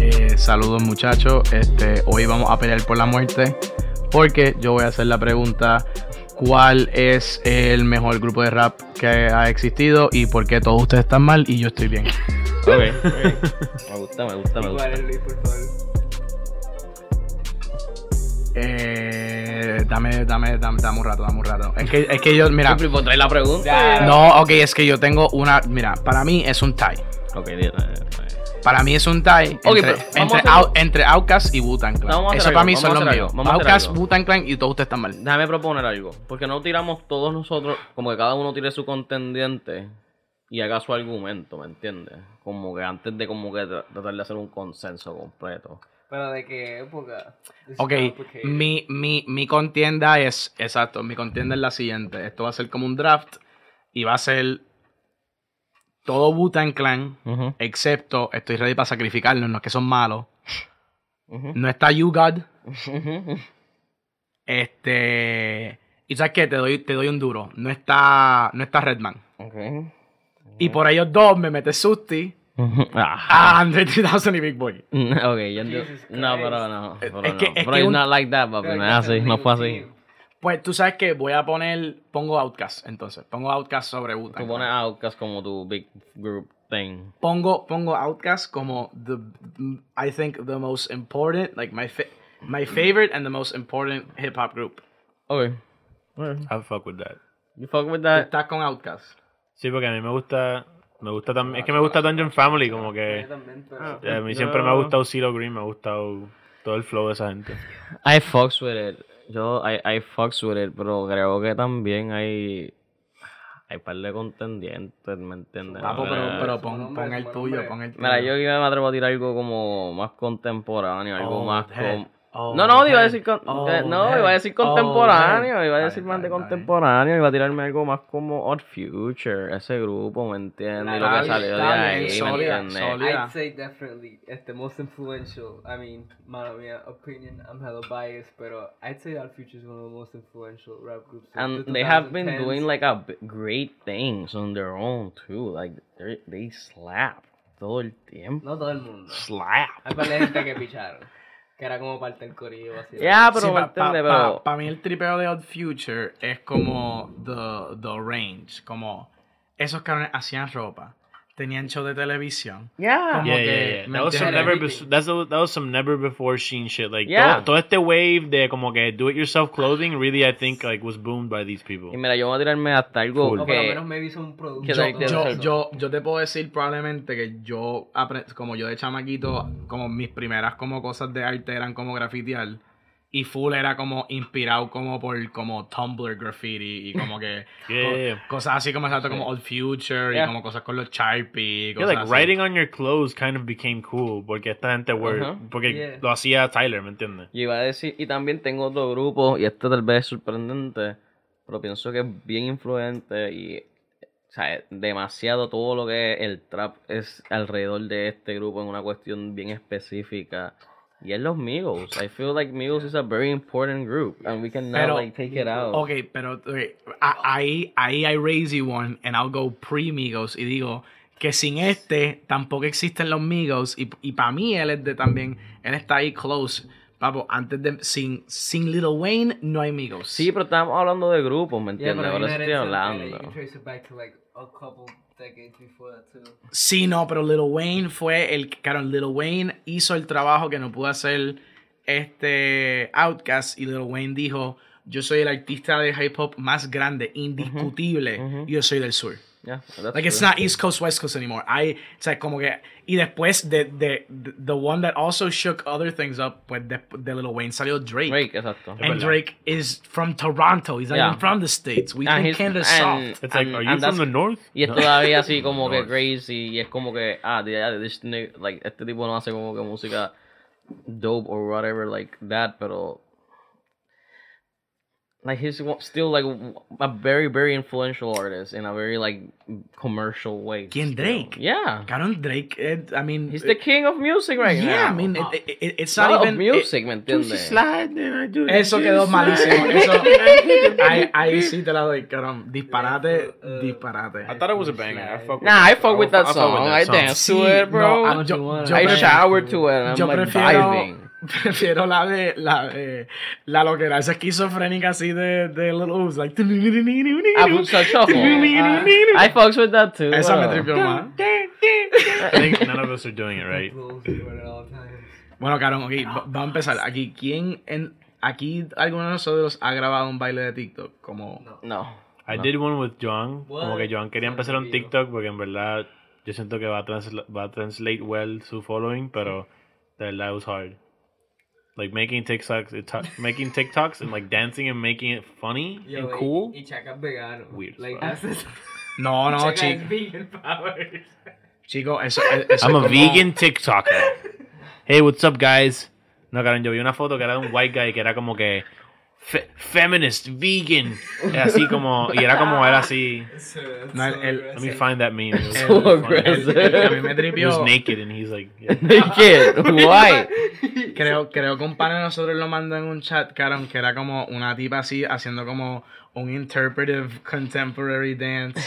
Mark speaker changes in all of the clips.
Speaker 1: Eh, saludos muchachos. Este, hoy vamos a pelear por la muerte porque yo voy a hacer la pregunta cuál es el mejor grupo de rap que ha existido y por qué todos ustedes están mal y yo estoy bien.
Speaker 2: Ok, ok. Me gusta, me gusta, me gusta.
Speaker 3: ¿Cuál es Luis, por favor?
Speaker 1: Eh, dame, dame, dame, dame un rato, dame un rato. Es que, es que yo, mira,
Speaker 2: Siempre pues, trae la pregunta.
Speaker 3: Ya.
Speaker 1: no, ok, es que yo tengo una, mira, para mí es un tie.
Speaker 2: Ok, bien, bien, bien.
Speaker 1: Para mí es un tie
Speaker 2: Ok,
Speaker 1: entre,
Speaker 2: pero vamos
Speaker 1: entre
Speaker 2: a hacer-
Speaker 1: Out- entre Outcast y Wu-Tang Clan.
Speaker 2: Vamos a hacer
Speaker 1: Eso para
Speaker 2: algo,
Speaker 1: mí
Speaker 2: vamos
Speaker 1: son
Speaker 2: a
Speaker 1: los
Speaker 2: hacer algo,
Speaker 1: míos.
Speaker 2: vamos a hacer
Speaker 1: Outcast,
Speaker 2: algo.
Speaker 1: Wu-Tang Clan y todos ustedes están mal.
Speaker 2: Déjame proponer algo. Porque no tiramos todos nosotros, como que cada uno tire su contendiente y haga su argumento, ¿me entiendes? Como que antes de como que tra- tratar de hacer un consenso completo.
Speaker 3: ¿Pero de qué época? This is
Speaker 1: Ok,
Speaker 3: complicated.
Speaker 1: mi, mi, mi contienda es, exacto, mi contienda es la siguiente. Esto va a ser como un draft y va a ser todo Wu-Tang Clan, excepto, estoy ready para sacrificarlos, no es que son malos.
Speaker 2: Ujú.
Speaker 1: No está You God.
Speaker 2: Ujú.
Speaker 1: Este. Y sabes qué, te doy, te doy un duro. No está. No está Redman.
Speaker 2: Ok.
Speaker 1: Y por ellos dos me metes Susti
Speaker 2: Ujú. Ah.
Speaker 1: a Andre 3000 y Big Boy.
Speaker 2: Mm, Ok, yo entiendo.
Speaker 3: Jesus
Speaker 2: No,
Speaker 3: Christ.
Speaker 2: pero no. Pero
Speaker 1: es
Speaker 2: no.
Speaker 1: que- es
Speaker 2: Pero
Speaker 1: que
Speaker 2: it's
Speaker 1: un-
Speaker 2: not like that, papi.
Speaker 3: Pero
Speaker 2: No
Speaker 3: que
Speaker 2: es así, no fue así.
Speaker 3: team.
Speaker 1: Pues tú sabes que voy a poner. Pongo Outcast entonces. Pongo Outcast sobre Utah.
Speaker 2: Tú pones a Outcast como tu big group thing.
Speaker 1: Pongo, pongo Outcast como the I think the most important, like my fa- my favorite and the most important hip hop group.
Speaker 2: Ok.
Speaker 4: I fuck with that.
Speaker 2: You fuck with
Speaker 1: Tú
Speaker 2: that.
Speaker 1: estás con Outcast.
Speaker 4: Sí, porque a mí me gusta. Me gusta también. Es que me gusta Dungeon Family, como
Speaker 3: Yo
Speaker 4: que.
Speaker 3: también,
Speaker 2: Ah.
Speaker 3: pero-
Speaker 4: A mí siempre me ha gustado CeeLo Green, me ha gustado todo el flow de esa gente.
Speaker 2: I fucks with it. Yo, I, I fucks with it, pero creo que también hay. Hay par de contendientes, ¿me entiendes? Eh,
Speaker 1: Papo,
Speaker 2: Mira,
Speaker 1: Ah, pues, pero, pero pon,
Speaker 3: hombre,
Speaker 1: pon el
Speaker 3: buen
Speaker 1: tuyo,
Speaker 3: hombre.
Speaker 1: pon el tuyo.
Speaker 2: Mira, yo iba me atrevo a tirar algo como más contemporáneo, algo
Speaker 1: Old
Speaker 2: más.
Speaker 1: head,
Speaker 2: con-
Speaker 1: old
Speaker 2: No, no, iba a
Speaker 1: head,
Speaker 2: decir. con- eh,
Speaker 1: old
Speaker 2: No,
Speaker 1: head,
Speaker 2: iba a decir
Speaker 1: old
Speaker 2: contemporáneo,
Speaker 1: head.
Speaker 2: iba a
Speaker 1: Está
Speaker 2: decir
Speaker 1: bien,
Speaker 2: más
Speaker 1: está bien, está
Speaker 2: de
Speaker 1: bien.
Speaker 2: contemporáneo, iba a tirarme algo más como Odd Future, ese grupo, ¿me entiendes? Y lo
Speaker 3: Está
Speaker 2: que salió de
Speaker 3: bien, está
Speaker 2: ahí,
Speaker 1: bien,
Speaker 2: ¿me
Speaker 1: sólida,
Speaker 2: entiendes?
Speaker 1: sólida.
Speaker 3: I'd say definitely it's the most influential. I mean, mala mía, opinion, I'm hella biased, pero I'd say that Future is one of the most influential rap groups. of the
Speaker 2: And they have been
Speaker 3: 2010s.
Speaker 2: doing like a b- great things on their own too. Like they they slap todo el tiempo.
Speaker 3: No todo el mundo.
Speaker 2: Slap.
Speaker 3: Hay par de gente que picharon. Que era como parte del corillo, así.
Speaker 2: Ya, pero me
Speaker 1: para
Speaker 2: entiende, pero.
Speaker 1: mí el tripeo de Odd Future es como the, the range, como esos cabrones hacían ropa, tenían show de televisión.
Speaker 2: Ya.
Speaker 1: Como
Speaker 4: Yeah, yeah,
Speaker 1: que,
Speaker 4: yeah.
Speaker 1: ¿me
Speaker 4: That was some
Speaker 3: entiendes?
Speaker 4: never, bes- that's a, that was some never before seen shit. Like
Speaker 2: Yeah.
Speaker 4: todo, todo este wave de como que do it yourself clothing really I think like was boomed by these people.
Speaker 2: Y mira, yo voy a tirarme hasta algo
Speaker 4: Full.
Speaker 3: O por lo
Speaker 2: que.
Speaker 3: menos me hizo un producto.
Speaker 2: que
Speaker 1: Yo,
Speaker 2: like the-
Speaker 1: yo, yo, yo te puedo decir probablemente que yo, apre- como yo de chamaquito, como mis primeras como cosas de arte eran como grafitear. Y full era como inspirado como por como Tumblr graffiti y como que
Speaker 4: Yeah, yeah, yeah.
Speaker 1: co- cosas así como exacto como Old Future
Speaker 2: Yeah.
Speaker 1: y como cosas con los Sharpie y
Speaker 4: Yeah,
Speaker 1: cosas
Speaker 4: like
Speaker 1: así.
Speaker 4: writing on your clothes kind of became cool porque esta gente were
Speaker 2: Ajá.
Speaker 4: porque
Speaker 3: Yeah.
Speaker 4: lo hacía Tyler, ¿me entiendes?
Speaker 2: Yo iba a decir, y también tengo otro grupo, y este tal vez es sorprendente, pero pienso que es bien influente y o sea, es demasiado todo lo que es el trap es alrededor de este grupo en una cuestión bien específica. Y es los Migos. I feel like Migos is a very important group, and we cannot
Speaker 1: Pero-
Speaker 2: like take it out.
Speaker 1: Ok, pero ok, a- ahí, ahí I raise you one and I'll go pre-Migos y digo que sin este tampoco existen los Migos y, y para mí él es de también, él está ahí close. Papo, antes de, sin, sin Lil Wayne no hay Migos.
Speaker 2: Sí, pero estamos hablando de grupos, ¿me
Speaker 3: Yeah,
Speaker 2: entiendes?
Speaker 3: but I mean,
Speaker 2: Ahora
Speaker 3: that
Speaker 2: estoy
Speaker 3: is something that
Speaker 2: hablando.
Speaker 3: You can trace it back to like a couple decades before that too.
Speaker 1: Sí, no, pero Lil Wayne fue el que, claro, Lil Wayne hizo el trabajo que no pudo hacer este Outcast y Lil Wayne dijo, yo soy el artista de hip hop más grande, indiscutible, y yo soy del sur.
Speaker 2: Yeah, that's
Speaker 1: Like it's
Speaker 2: true.
Speaker 1: not East Coast West Coast anymore. I o sea, como que y después de, de, de- the one that also shook other things up pues de, de Lil Wayne salió Drake.
Speaker 2: Drake, exacto.
Speaker 1: And
Speaker 4: verdad.
Speaker 1: Drake is from Toronto. He's not
Speaker 2: Yeah.
Speaker 1: even from the states. We
Speaker 2: Ah,
Speaker 1: think
Speaker 2: he's-
Speaker 1: Canada's
Speaker 2: and-
Speaker 1: soft.
Speaker 4: It's like,
Speaker 2: and-
Speaker 4: are
Speaker 2: and
Speaker 4: you
Speaker 2: that's-
Speaker 4: from the north?
Speaker 2: Y es
Speaker 4: No.
Speaker 2: todavía así como que
Speaker 4: Nice.
Speaker 2: crazy. Y es como que, ah, the- yeah, this ni- like, este tipo no hace como que música dope or whatever like that, pero like he's wa- still like w- a very very influential artist in a very like commercial way.
Speaker 1: ¿Quién,
Speaker 2: still.
Speaker 1: Drake?
Speaker 2: Yeah,
Speaker 1: Cabrón, Drake, eh, I mean.
Speaker 2: he's the king of music right now.
Speaker 1: yeah, I mean, it, it- it- it's not,
Speaker 2: Not of
Speaker 1: even.
Speaker 2: music, ¿me entiendes?
Speaker 1: it- eso
Speaker 4: Eso
Speaker 1: quedó malísimo. Eso, ahí, ahí sí te la doy, cabrón. Disparate,
Speaker 3: Uh,
Speaker 1: disparate.
Speaker 4: I thought it was a banger. I fuck with
Speaker 2: Nah, I
Speaker 4: that-
Speaker 2: fuck with
Speaker 4: I
Speaker 2: that
Speaker 4: fuck
Speaker 2: song. I
Speaker 4: song.
Speaker 2: dance
Speaker 1: Sí,
Speaker 2: to it, bro.
Speaker 1: no,
Speaker 2: I,
Speaker 1: ah, yo, yo
Speaker 3: I
Speaker 1: pre-
Speaker 2: shower to it. And I'm
Speaker 1: yo
Speaker 2: like
Speaker 1: prefiero-
Speaker 2: vibing.
Speaker 1: prefiero la de la de la loquera esa esquizofrénica así de, de Little Uzi, like
Speaker 4: Ah,
Speaker 2: I was such a I fucks with that too.
Speaker 1: esa me
Speaker 2: bro.
Speaker 1: tripió más.
Speaker 4: I think none of us are doing it right.
Speaker 3: Close to it at all times.
Speaker 1: Bueno, Carón, ok, va- vamos a empezar. Aquí, ¿quién en aquí alguno de nosotros ha grabado un baile de TikTok? Como
Speaker 3: No.
Speaker 2: No.
Speaker 4: I
Speaker 2: No.
Speaker 4: did one with Joan. Como que
Speaker 3: What?
Speaker 4: Joan quería empezar un TikTok porque en verdad yo siento que va a, transla- va a translate well su following, pero de verdad it was hard. Like making TikToks, it to- making TikToks and like dancing and making it funny
Speaker 3: Yo,
Speaker 4: and
Speaker 3: y-
Speaker 4: cool.
Speaker 3: Y Chaka vegano.
Speaker 4: Weird
Speaker 3: Like,
Speaker 4: as
Speaker 3: that's his-
Speaker 1: No, no,
Speaker 3: Chaka
Speaker 1: chi-
Speaker 3: has vegan powers.
Speaker 1: chico, eso, e- eso
Speaker 4: I'm
Speaker 1: es
Speaker 4: a
Speaker 1: como-
Speaker 4: vegan TikToker. Hey, what's up, guys? No, cabrón, yo vi una foto que era de un white guy que era como que fe- feminist, vegan, era así como y era como era así.
Speaker 3: So, that's
Speaker 1: No, el-
Speaker 3: so
Speaker 1: el-
Speaker 4: Let me
Speaker 3: aggressive.
Speaker 4: find that meme. It was
Speaker 1: So
Speaker 4: funny.
Speaker 2: aggressive.
Speaker 1: A mí me
Speaker 4: He was
Speaker 1: tripió.
Speaker 4: naked and he's like, yeah.
Speaker 2: Naked. Why?
Speaker 1: Creo, creo que un pana de nosotros lo mandó en un chat, Carón, que era como una tipa así haciendo como un interpretive contemporary dance.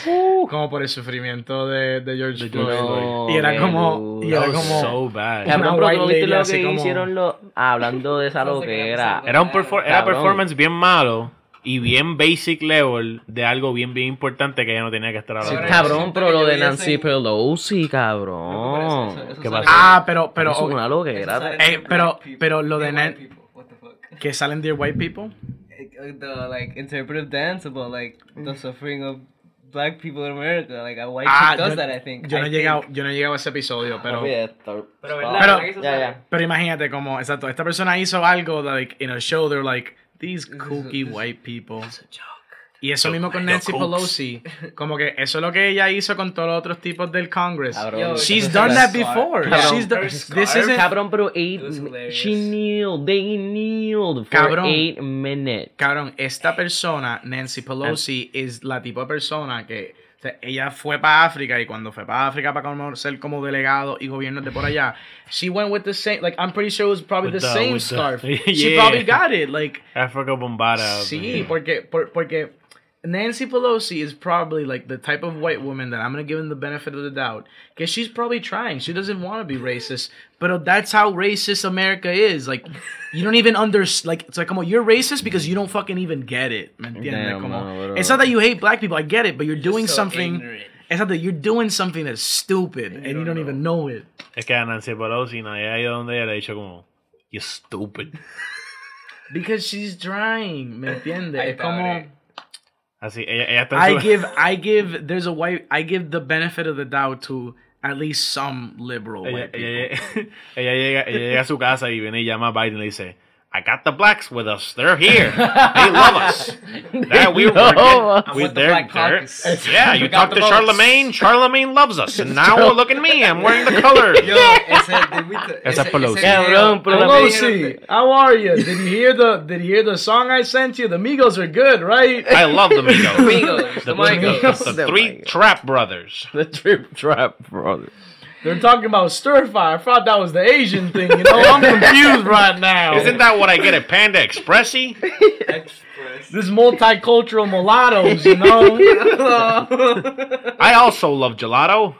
Speaker 1: como por el sufrimiento de, de George
Speaker 4: De
Speaker 1: Floyd.
Speaker 4: George Floyd.
Speaker 1: Y era como- y
Speaker 4: That
Speaker 1: era
Speaker 4: was
Speaker 1: como-
Speaker 4: so bad.
Speaker 1: Cabrón.
Speaker 2: Cabrón, pero
Speaker 1: white
Speaker 2: ¿tú no viste
Speaker 1: lady
Speaker 2: lo
Speaker 1: así
Speaker 2: que
Speaker 1: como-
Speaker 2: hicieron los... Hablando de esa
Speaker 3: Sounds
Speaker 2: lo
Speaker 3: like
Speaker 2: que
Speaker 3: an
Speaker 2: era.
Speaker 3: episode.
Speaker 4: Era un perfor- era
Speaker 2: Cabrón.
Speaker 4: performance bien malo y bien basic level de algo bien bien importante que ella no tenía que estar hablando.
Speaker 3: Sí,
Speaker 2: Cabrón,
Speaker 3: Resulta
Speaker 2: pero
Speaker 3: que
Speaker 2: lo
Speaker 3: yo
Speaker 2: de
Speaker 3: vi ese-
Speaker 2: Nancy Pelosi,
Speaker 3: No, pero eso- eso-
Speaker 2: cabrón.
Speaker 3: eso
Speaker 4: ¿Qué
Speaker 3: sale-
Speaker 4: pasó?
Speaker 1: Ah, pero, pero,
Speaker 2: Eso es una
Speaker 3: eso
Speaker 2: loquera.
Speaker 3: sale
Speaker 1: Eh,
Speaker 3: de
Speaker 1: pero-
Speaker 3: people.
Speaker 1: pero lo
Speaker 3: De
Speaker 1: de
Speaker 3: white
Speaker 1: Nan-
Speaker 3: people. What the fuck?
Speaker 1: que salen de White People.
Speaker 3: Uh, the like interpretive dance about like the suffering of black people in America. Like a white
Speaker 1: Ah,
Speaker 3: chick does
Speaker 1: yo,
Speaker 3: that, I think.
Speaker 1: yo no
Speaker 3: I
Speaker 1: he
Speaker 3: think. Ah,
Speaker 1: llegado, yo no he llegado a ese episodio, pero,
Speaker 3: Pero,
Speaker 1: Pero-
Speaker 3: ¿verdad? ¿Verdad que eso
Speaker 2: Ya,
Speaker 3: sale?
Speaker 2: ya.
Speaker 1: pero imagínate como, exacto, esta persona hizo algo, like, in a show, they're like, these
Speaker 3: is a-
Speaker 1: kooky
Speaker 3: this is-
Speaker 1: white people.
Speaker 3: It's a joke.
Speaker 1: Y eso mismo con
Speaker 4: the
Speaker 1: Nancy
Speaker 4: kooks.
Speaker 1: Pelosi, como que eso es lo que ella hizo con todos los otros tipos del Congress.
Speaker 2: Cabrón.
Speaker 1: She's
Speaker 3: Her
Speaker 1: done that
Speaker 3: scarf.
Speaker 1: before.
Speaker 2: Cabrón.
Speaker 1: She's done,
Speaker 3: Her
Speaker 1: this
Speaker 3: scarf.
Speaker 1: isn't,
Speaker 2: Cabrón, pero
Speaker 3: It was
Speaker 2: eight,
Speaker 3: hilarious.
Speaker 2: she kneeled, they kneeled for
Speaker 1: Cabrón.
Speaker 2: eight minutes.
Speaker 1: Cabrón,
Speaker 4: Eh.
Speaker 1: esta persona, Nancy Pelosi, es la tipo de persona que o sea, ella fue para África y cuando fue para África para conocer como delegado y gobiernos de por allá, she went with the same, like I'm pretty sure it was probably
Speaker 4: With
Speaker 1: the,
Speaker 4: the-
Speaker 1: same
Speaker 4: with the-
Speaker 1: scarf. She
Speaker 4: Yeah.
Speaker 1: probably got it, like
Speaker 4: Africa Bombada.
Speaker 1: sí, porque por- porque Nancy Pelosi is probably like the type of white woman that I'm gonna give him the benefit of the doubt because she's probably trying. She doesn't want to be racist, but that's how racist America is. Like, you don't even under like it's like como you're racist because you don't fucking even get it. ¿Me entiendes?
Speaker 2: Damn,
Speaker 1: Como-
Speaker 2: no, bro.
Speaker 1: it's not that you hate black people. I get it, but you're doing
Speaker 3: so
Speaker 1: something.
Speaker 3: ignorant.
Speaker 1: It's not that you're doing something that's stupid and you
Speaker 3: don't
Speaker 1: don't
Speaker 3: know.
Speaker 1: even know it.
Speaker 4: Es que a Nancy Pelosi nadie ha ido donde ella le ha dicho como, you stupid.
Speaker 1: Because she's trying, ¿me entiendes?
Speaker 3: I
Speaker 1: Es
Speaker 3: doubt
Speaker 1: como-
Speaker 3: it.
Speaker 4: Así, ella, ella está en
Speaker 1: I
Speaker 4: su-
Speaker 1: give I give there's a white I give the benefit of the doubt to at least some liberal
Speaker 4: ella,
Speaker 1: white people.
Speaker 4: ella- ella llega, ella llega a su casa y viene y llama a Biden y le dice, I got the blacks with us. They're here. They love us. That we
Speaker 2: love
Speaker 4: were
Speaker 2: us.
Speaker 4: We,
Speaker 3: With the
Speaker 4: they're,
Speaker 3: black
Speaker 4: they're-
Speaker 3: caucus.
Speaker 4: yeah, you
Speaker 3: We got
Speaker 4: talk
Speaker 3: the
Speaker 4: to
Speaker 3: votes.
Speaker 4: Charlemagne. Charlemagne loves us. And now look at me. I'm wearing the color.
Speaker 3: Yo, ese, did we t-
Speaker 4: Esa Pelosi.
Speaker 2: Cabrón, pero la
Speaker 3: ¿Cómo
Speaker 2: Pelosi.
Speaker 3: vieron?
Speaker 1: how are you? Did you hear the Did you hear the song I sent you? The Migos are good, right?
Speaker 4: I love the Migos.
Speaker 3: Migos,
Speaker 4: The,
Speaker 3: the Migos.
Speaker 4: the,
Speaker 2: The
Speaker 4: three
Speaker 2: Migos.
Speaker 4: trap brothers.
Speaker 2: The trip trap, brother.
Speaker 1: They're talking about stir fire. I thought that was the Asian thing. You know, I'm confused right now.
Speaker 4: Isn't that what I get at Panda Expressi?
Speaker 3: Express.
Speaker 1: this multicultural mulattoes? You know,
Speaker 4: I also love gelato.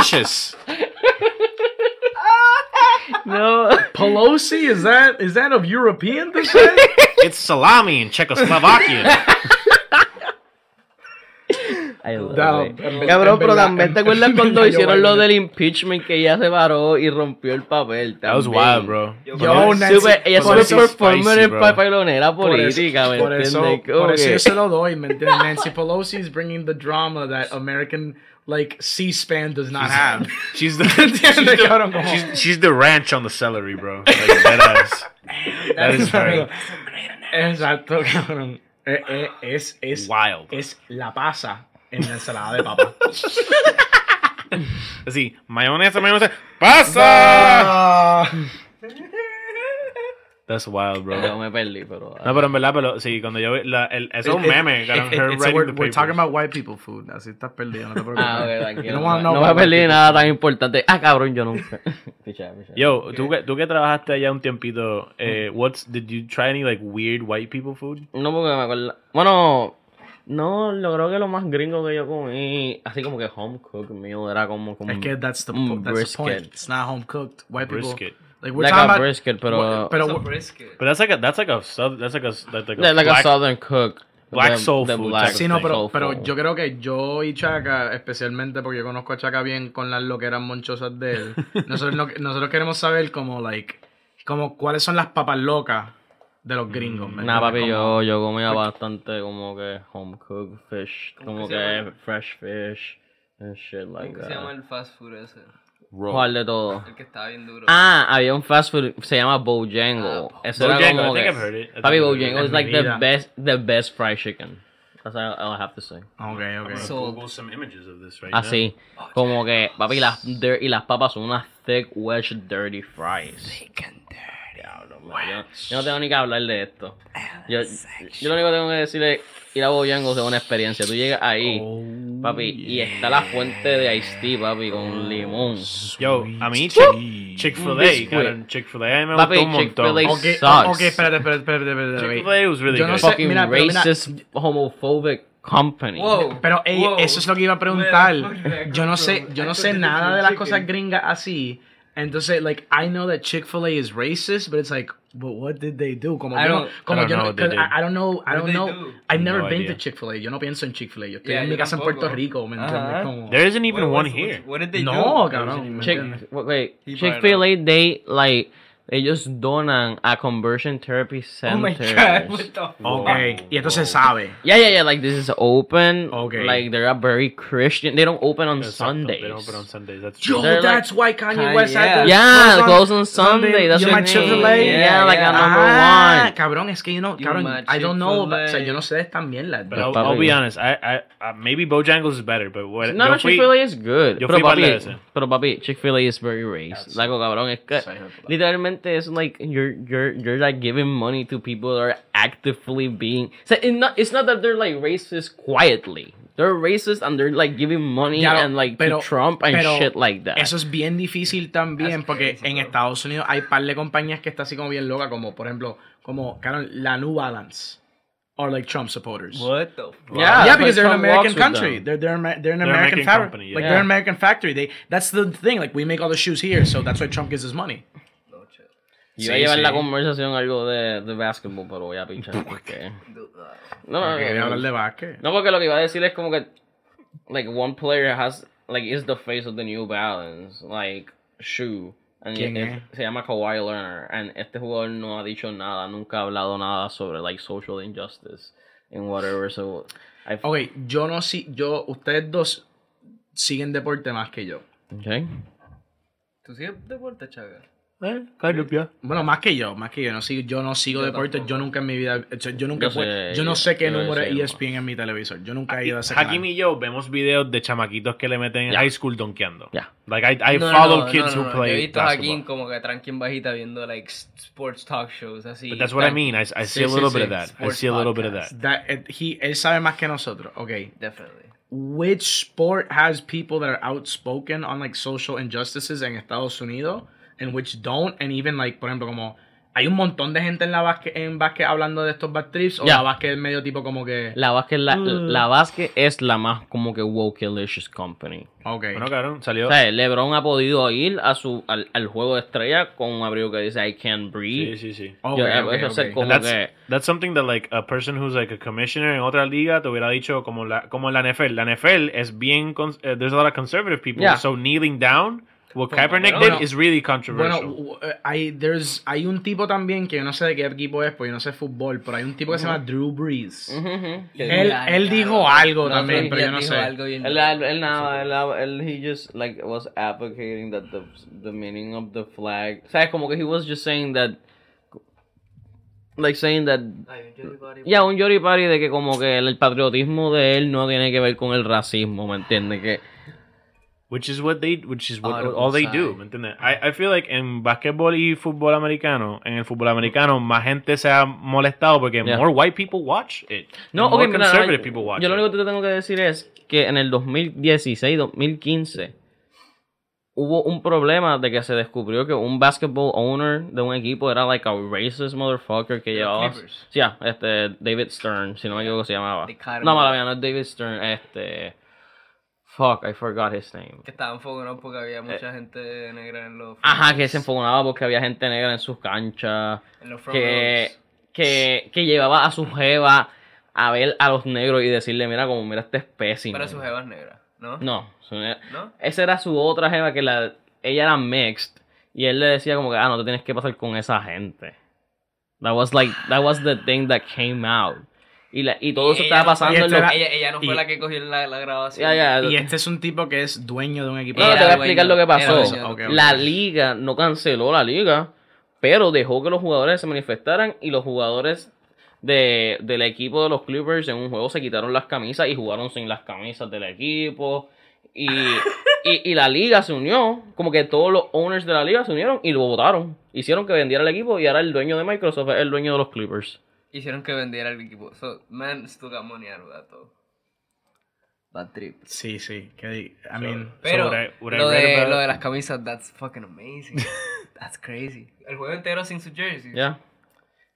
Speaker 4: Delicious.
Speaker 2: No.
Speaker 1: Pelosi is that is that of European descent?
Speaker 4: It's salami in Czechoslovakia.
Speaker 2: I love
Speaker 1: No,
Speaker 2: it.
Speaker 1: en- en
Speaker 2: Cabrón, pero
Speaker 1: verdad-
Speaker 3: este
Speaker 2: también te
Speaker 1: en-
Speaker 2: acuerdas
Speaker 1: en
Speaker 2: cuando
Speaker 1: verdad, yo
Speaker 2: hicieron
Speaker 1: bailo.
Speaker 2: lo del impeachment que ella se paró y rompió el papel.
Speaker 4: That was
Speaker 2: también.
Speaker 4: wild, bro.
Speaker 3: Yo,
Speaker 1: Yo, Nancy,
Speaker 2: Super, ella
Speaker 1: por
Speaker 2: super
Speaker 1: eso-
Speaker 2: performer
Speaker 4: spicy,
Speaker 2: en
Speaker 4: bro.
Speaker 2: papelonera política, ¿me
Speaker 1: por eso,
Speaker 2: entiendes?
Speaker 1: por
Speaker 2: Como
Speaker 1: eso
Speaker 2: que-
Speaker 1: yo se lo doy, ¿me entiendes? Nancy Pelosi is bringing the drama that American, like, C-SPAN does not have.
Speaker 4: She's the, she's,
Speaker 1: Entiende, cabrón,
Speaker 4: the,
Speaker 1: como-
Speaker 4: she's, she's the ranch on the celery, bro. Like, deadass. That is very
Speaker 1: Exacto, cabrón. Eh, eh, es, es,
Speaker 4: wild.
Speaker 1: es la pasa en la ensalada de papa.
Speaker 4: Así, mayonesa, mayonesa. ¡Pasa! That's wild, bro.
Speaker 2: Yo me perdí, pero. ah,
Speaker 4: No, pero en verdad, pero sí, cuando yo vi la, el, es
Speaker 1: It-
Speaker 4: un
Speaker 1: it-
Speaker 4: meme,
Speaker 1: it-
Speaker 4: cabrón,
Speaker 1: it-
Speaker 4: her
Speaker 1: it's-
Speaker 4: writing
Speaker 1: we're,
Speaker 4: the
Speaker 1: we're talking
Speaker 4: papers.
Speaker 1: about white people food. Así estás perdido, no te preocupes.
Speaker 2: Ah, ok, tranquilo.
Speaker 1: You don't wanna
Speaker 2: No
Speaker 1: know
Speaker 2: me
Speaker 1: about
Speaker 2: perdí
Speaker 1: people.
Speaker 2: nada tan importante. Ah, cabrón, yo nunca. Picha, picha.
Speaker 4: Yo, tú que, tú que trabajaste allá un tiempito, eh,
Speaker 1: Mm-hmm.
Speaker 4: what's, did you try any like weird white people food?
Speaker 2: No, porque me acuerdo. Bueno, no, yo creo que lo más gringo que yo comí, así como que home cook mío, era como. como
Speaker 1: Es que that's the,
Speaker 2: un
Speaker 1: po- that's the point.
Speaker 2: brisket.
Speaker 1: It's not home cooked. White people.
Speaker 4: Mm, Brisket.
Speaker 1: Like uh, we're
Speaker 2: Like
Speaker 1: talking
Speaker 2: a
Speaker 1: about.
Speaker 2: brisket, pero.
Speaker 1: pero
Speaker 3: It's a
Speaker 1: we're-
Speaker 3: brisket.
Speaker 4: But that's like a that's like a sou- that's like a that's like a,
Speaker 2: Yeah, like
Speaker 4: black-
Speaker 2: a southern cook.
Speaker 4: black soul food
Speaker 2: Ah,
Speaker 4: type of
Speaker 1: Sí, no,
Speaker 4: thing.
Speaker 1: pero,
Speaker 2: soul
Speaker 1: pero
Speaker 2: food.
Speaker 1: yo creo que yo y Chaca, especialmente porque yo conozco a Chaca bien con las loqueras monchosas de él, nosotros, no- nosotros queremos saber como, like, como cuáles son las papas locas de los gringos. ¿me
Speaker 2: Nah,
Speaker 1: entiendes?
Speaker 2: papi,
Speaker 1: Como-
Speaker 2: yo, yo comía bastante como que home cooked fish, como
Speaker 3: que se
Speaker 2: que
Speaker 3: llama?
Speaker 2: fresh fish and shit like
Speaker 3: ¿Cómo que se llama
Speaker 2: that.
Speaker 3: el fast food ese?
Speaker 4: Raw.
Speaker 2: ¿Cuál de todo?
Speaker 3: El que está bien duro.
Speaker 2: Ah, había un fast food, se llama Bojango.
Speaker 3: Ah,
Speaker 2: Eso era
Speaker 4: Bojango, I
Speaker 2: como
Speaker 4: think
Speaker 2: que-
Speaker 4: I've heard it. I think
Speaker 2: Papi,
Speaker 4: I've heard it.
Speaker 2: Bojango
Speaker 1: En
Speaker 2: is
Speaker 1: mi
Speaker 2: like the
Speaker 1: vida.
Speaker 2: best, the best fried chicken. That's all I'll have to say.
Speaker 1: Ok, ok.
Speaker 4: I'm gonna
Speaker 3: So-
Speaker 4: Google some images of this right
Speaker 1: Ah,
Speaker 4: now.
Speaker 2: Así, Ah, como que, papi, las, dir- y las papas son unas thick, wedge, dirty fries. Diablo, man, yo, yo no tengo ni que hablar de esto.
Speaker 1: Ah,
Speaker 2: Yo, yo lo único que tengo que decir es ir a Bojango es una experiencia. Tú llegas ahí,
Speaker 1: Oh,
Speaker 2: papi, y está la fuente de Ice Tea, papi, con limón.
Speaker 4: Yo, a mí Chick Fil A,
Speaker 2: Biscuit.
Speaker 4: cabrón, Chick Fil A, a mí me
Speaker 2: Papi,
Speaker 4: gustó un montón.
Speaker 2: Chick-fil-A
Speaker 1: Ok,
Speaker 2: sucks.
Speaker 1: ok, espérate, espérate, espérate, espérate, espérate.
Speaker 4: Chick Fil A was really
Speaker 1: Yo no
Speaker 4: good.
Speaker 1: sé-
Speaker 2: Fucking
Speaker 1: mira, pero mira-
Speaker 2: racist, homophobic company.
Speaker 3: Wow.
Speaker 1: Pero ey,
Speaker 3: Wow.
Speaker 1: eso es lo que iba a
Speaker 3: Where the
Speaker 1: preguntar.
Speaker 3: fuck
Speaker 1: Yo no
Speaker 3: that
Speaker 1: sé,
Speaker 3: come from?
Speaker 1: yo no
Speaker 3: I
Speaker 1: sé
Speaker 3: thought it
Speaker 1: nada
Speaker 3: was
Speaker 1: de las
Speaker 3: chicken.
Speaker 1: cosas gringas así. Entonces, like, I know that Chick-fil-A is racist, but it's like, but what did they do? Como
Speaker 3: I
Speaker 1: yo no,
Speaker 3: don't-
Speaker 1: como
Speaker 4: I don't
Speaker 1: yo
Speaker 4: know
Speaker 1: no,
Speaker 4: what they
Speaker 1: 'cause
Speaker 4: did.
Speaker 1: I, I don't know, I
Speaker 3: What
Speaker 1: don't
Speaker 3: did
Speaker 1: know.
Speaker 3: they do?
Speaker 1: I've never
Speaker 4: No
Speaker 1: been to
Speaker 4: idea.
Speaker 1: Chick-fil-A. Yo no pienso en Chick-fil-A. Yo estoy
Speaker 3: Yeah,
Speaker 1: en
Speaker 3: yo
Speaker 1: mi casa en
Speaker 3: tampoco.
Speaker 1: Puerto Rico, ¿me entiendes?
Speaker 3: Ajá.
Speaker 1: Como-
Speaker 4: There isn't even
Speaker 3: What-
Speaker 4: one
Speaker 3: what-
Speaker 4: here.
Speaker 3: What did they
Speaker 1: No,
Speaker 3: do?
Speaker 1: cabrón. ¿me
Speaker 2: Chick,
Speaker 1: entiendes?
Speaker 2: wait, wait,
Speaker 3: He brought it
Speaker 2: Chick-fil-A, they, like, ellos donan a conversion therapy
Speaker 3: Oh my
Speaker 2: centers.
Speaker 3: god, what the fuck?
Speaker 4: Oh,
Speaker 1: Ok, y entonces sabe.
Speaker 2: Yeah, yeah, yeah. Like this is open.
Speaker 1: Okay.
Speaker 2: Like they're a very Christian. They don't open on
Speaker 4: Exacto,
Speaker 2: Sundays.
Speaker 4: They don't open on Sundays. That's
Speaker 1: Yo,
Speaker 4: true.
Speaker 2: They're
Speaker 1: that's why Kanye
Speaker 3: Kanye,
Speaker 1: West had to
Speaker 2: yeah,
Speaker 1: close
Speaker 2: close on Sunday. That's
Speaker 1: you
Speaker 2: what I
Speaker 1: my
Speaker 2: mean.
Speaker 1: Chick-fil-A?
Speaker 2: Yeah,
Speaker 3: Yeah,
Speaker 2: like
Speaker 3: yeah.
Speaker 2: a number
Speaker 1: Ah,
Speaker 2: one.
Speaker 1: cabrón, es que yo no,
Speaker 3: You
Speaker 1: cabrón,
Speaker 3: my
Speaker 1: I don't know,
Speaker 3: Chick-fil-A.
Speaker 1: o sea, yo no sé de estas mierdas.
Speaker 4: But
Speaker 1: bro.
Speaker 4: I'll, I'll be
Speaker 2: Papi.
Speaker 4: honest, I, I, I maybe Bojangles is better, but what?
Speaker 2: No,
Speaker 4: yo
Speaker 2: no,
Speaker 4: fui-
Speaker 2: Chick-fil-A is good.
Speaker 4: yo
Speaker 2: Pero
Speaker 4: fui par de
Speaker 2: papi,
Speaker 4: veces.
Speaker 2: pero papi, Chick-fil-A is very racist. Like, oh, cabrón, es que
Speaker 1: Sí, hijo de puta.
Speaker 2: literalmente it's like you're you're you're like giving money to people that are actively being. So it's not it's not that they're like racist quietly. They're racist and they're like giving money
Speaker 1: Ya,
Speaker 2: and like
Speaker 1: pero-
Speaker 2: to Trump and
Speaker 1: pero
Speaker 2: shit like that.
Speaker 1: Eso es bien difícil también
Speaker 3: That's
Speaker 1: porque
Speaker 3: crazy,
Speaker 1: en
Speaker 3: bro.
Speaker 1: Estados Unidos hay par de compañías que está así como bien loca, como por ejemplo, como claro, la New Balance or like Trump supporters.
Speaker 3: What the fuck?
Speaker 2: Yeah,
Speaker 1: Yeah,
Speaker 2: that's
Speaker 1: because
Speaker 2: why
Speaker 1: they're an
Speaker 2: Ah, Trump
Speaker 1: American
Speaker 2: walks with
Speaker 1: country.
Speaker 2: them.
Speaker 1: They're they're Amer- they're an
Speaker 4: They're
Speaker 1: American,
Speaker 4: American
Speaker 1: factory.
Speaker 4: company,
Speaker 1: Like
Speaker 2: yeah.
Speaker 1: they're an American factory. They that's the thing. Like we make all the shoes here, so that's why Trump gets his money.
Speaker 3: No, chill.
Speaker 2: Yo iba
Speaker 1: Sí,
Speaker 2: a llevar la
Speaker 1: sí.
Speaker 2: conversación algo de, de basketball, pero voy a pinchar. porque-
Speaker 3: Dude, uh,
Speaker 2: No, no,
Speaker 1: Quería
Speaker 2: no,
Speaker 1: hablar de
Speaker 2: no.
Speaker 1: básquet.
Speaker 2: No, porque lo que iba a decir es como que, like, one player has, like, is the face of the New Balance, like, shoe. And
Speaker 1: ¿Quién
Speaker 2: es- Se llama Kawhi Leonard. And este jugador no ha dicho nada, nunca ha hablado nada sobre, like, social injustice and whatever. So, I,
Speaker 1: Ok, yo no si yo ustedes dos siguen deporte más que yo.
Speaker 2: okay.
Speaker 3: ¿Tú sigues deporte, chaga?
Speaker 4: Eh, kind of, yeah.
Speaker 1: Bueno, más que yo, más que yo. No sigo, yo no sigo
Speaker 3: Yo
Speaker 1: deportes. Yo nunca en mi vida. o sea, Yo nunca.
Speaker 2: Yo
Speaker 1: fue-
Speaker 2: sé,
Speaker 1: yo no sé qué
Speaker 2: yo lo
Speaker 1: número
Speaker 2: sé,
Speaker 1: es E
Speaker 2: lo
Speaker 1: ESPN en mi televisor. Yo nunca he ido a ese canal.
Speaker 4: Hakim y yo vemos videos de chamaquitos que le meten
Speaker 2: Ya.
Speaker 4: high school donkeando.
Speaker 2: Ya.
Speaker 4: Like I, I
Speaker 3: No, no,
Speaker 4: follow
Speaker 3: no,
Speaker 4: kids
Speaker 3: no, no,
Speaker 4: who
Speaker 3: Yo he
Speaker 4: play
Speaker 3: visto a Joaquín
Speaker 4: basketball.
Speaker 3: como que tranqui en bajita viendo like s- sports talk shows así.
Speaker 4: But that's what I
Speaker 3: Tran-
Speaker 4: mean. I, I see
Speaker 3: Sí,
Speaker 4: a little
Speaker 3: sí, sí.
Speaker 4: bit of that. I
Speaker 3: Sports
Speaker 4: see a little bit of
Speaker 3: podcast.
Speaker 4: that.
Speaker 1: That- eh, he- él sabe más que nosotros. Ok.
Speaker 3: Definitely.
Speaker 1: Which sport has people that are outspoken on like social injustices en Estados Unidos and which don't? And even like, por ejemplo, como hay un montón de gente en la básquet, en básquet hablando de estos bad trips o
Speaker 2: Ya.
Speaker 1: la básquet es medio tipo como que.
Speaker 2: La básquet, la,
Speaker 1: Mm.
Speaker 2: la básquet es la más como que woke-licious company.
Speaker 1: ok.
Speaker 4: Bueno, cabrón, salió.
Speaker 2: O sea, LeBron ha podido ir a su, al, al juego de estrella con un abrigo que dice I can't breathe.
Speaker 4: Sí, sí, sí.
Speaker 1: ok,
Speaker 2: Yo-
Speaker 1: ok,
Speaker 2: eso es ser
Speaker 1: ok.
Speaker 2: como
Speaker 4: That's,
Speaker 2: que
Speaker 4: that's something that like a person who's like a commissioner en otra liga te hubiera dicho como la como la NFL. La NFL es bien cons- uh, there's a lot of conservative people.
Speaker 2: Yeah.
Speaker 4: So kneeling down, what
Speaker 3: Bueno,
Speaker 4: Kaepernick
Speaker 1: bueno.
Speaker 4: did is really
Speaker 1: Bueno,
Speaker 4: controversial.
Speaker 1: u- eh, hay, there's, hay un tipo también que yo no sé de qué equipo es, porque yo no sé fútbol, pero hay un tipo que se llama Drew Brees. Él,
Speaker 3: Ya,
Speaker 1: él
Speaker 3: ya,
Speaker 1: dijo
Speaker 3: ya.
Speaker 1: algo
Speaker 2: No,
Speaker 1: también,
Speaker 2: sí,
Speaker 1: pero
Speaker 3: Él
Speaker 1: yo no
Speaker 3: dijo
Speaker 1: sé.
Speaker 3: algo bien
Speaker 2: Él,
Speaker 3: loco.
Speaker 2: él- él nada, él, él- he just like was advocating that the, the meaning of the flag. O sea, como que he was just saying that like saying that
Speaker 3: Ay, yo le paré-
Speaker 2: ya un Yori Party de que como que el, el patriotismo de él no tiene que ver con el racismo, ¿me entiendes? Que
Speaker 4: Which is what they, which is what
Speaker 2: Ahora,
Speaker 4: all they do,
Speaker 2: ¿sabes?
Speaker 4: ¿me entiendes? I, I feel like en basquetbol y fútbol americano, en el fútbol americano, más gente se ha molestado porque
Speaker 2: Yeah.
Speaker 4: more white people watch it.
Speaker 2: No,
Speaker 4: and
Speaker 2: ok,
Speaker 4: more
Speaker 2: mira,
Speaker 4: conservative
Speaker 2: yo-
Speaker 4: people watch
Speaker 2: Yo lo
Speaker 4: it.
Speaker 2: único que te tengo que decir es que en el 2016, 2015, hubo un problema de que se descubrió que un basketball owner de un equipo era like a racist motherfucker que llevaba.
Speaker 3: Clippers.
Speaker 2: Sí, ah, este, David Stern, si no me equivoco se llamaba.
Speaker 3: They caught him
Speaker 2: No,
Speaker 3: up.
Speaker 2: mala mía, no es David Stern, este. Fuck, I forgot his name.
Speaker 3: Que estaban fogonados porque había mucha gente negra en los.
Speaker 2: Ajá, que se enfogonaba porque había gente negra en sus canchas.
Speaker 3: En los front
Speaker 2: que,
Speaker 3: rows.
Speaker 2: que, que llevaba a su jeva a ver a los negros y decirle, mira como mira este espécimen.
Speaker 3: Pero su jeva es negra, ¿no?
Speaker 2: No, su ne-
Speaker 3: ¿No?
Speaker 2: esa era su otra jeva que la, ella era mixed y él le decía como que, ah, no te tienes que pasar con esa gente. That was like, that was the thing that came out. Y, la, y todo eso
Speaker 3: Ella
Speaker 2: estaba
Speaker 3: no-
Speaker 2: pasando
Speaker 1: ella
Speaker 2: en los...
Speaker 1: estaba-
Speaker 3: Ella, ella no fue
Speaker 1: Y-
Speaker 3: la que cogió la, la grabación.
Speaker 2: Ya, ya,
Speaker 1: Y este es un tipo que es dueño de un equipo.
Speaker 2: No, no, te voy
Speaker 3: Era
Speaker 2: a
Speaker 3: dueño,
Speaker 2: explicar lo que
Speaker 3: era
Speaker 2: pasó.
Speaker 3: dueño.
Speaker 1: Ok, ok.
Speaker 2: La liga no canceló la liga, pero dejó que los jugadores se manifestaran y los jugadores de, del equipo de los Clippers en un juego se quitaron las camisas y jugaron sin las camisas del equipo. Y, y, y la liga se unió, como que todos los owners de la liga se unieron y lo votaron. Hicieron que vendiera el equipo y ahora el dueño de Microsoft es el dueño de los Clippers.
Speaker 3: Hicieron que vendiera el equipo. So, man still got money out of that, though. Bad trip.
Speaker 1: Sí, sí. Que, I mean,
Speaker 3: Pero
Speaker 4: what I- what I
Speaker 3: lo,
Speaker 4: read
Speaker 3: de,
Speaker 4: about-
Speaker 3: lo de las camisas, that's fucking amazing. that's crazy. El juego entero sin su jersey.
Speaker 2: ¿Ya?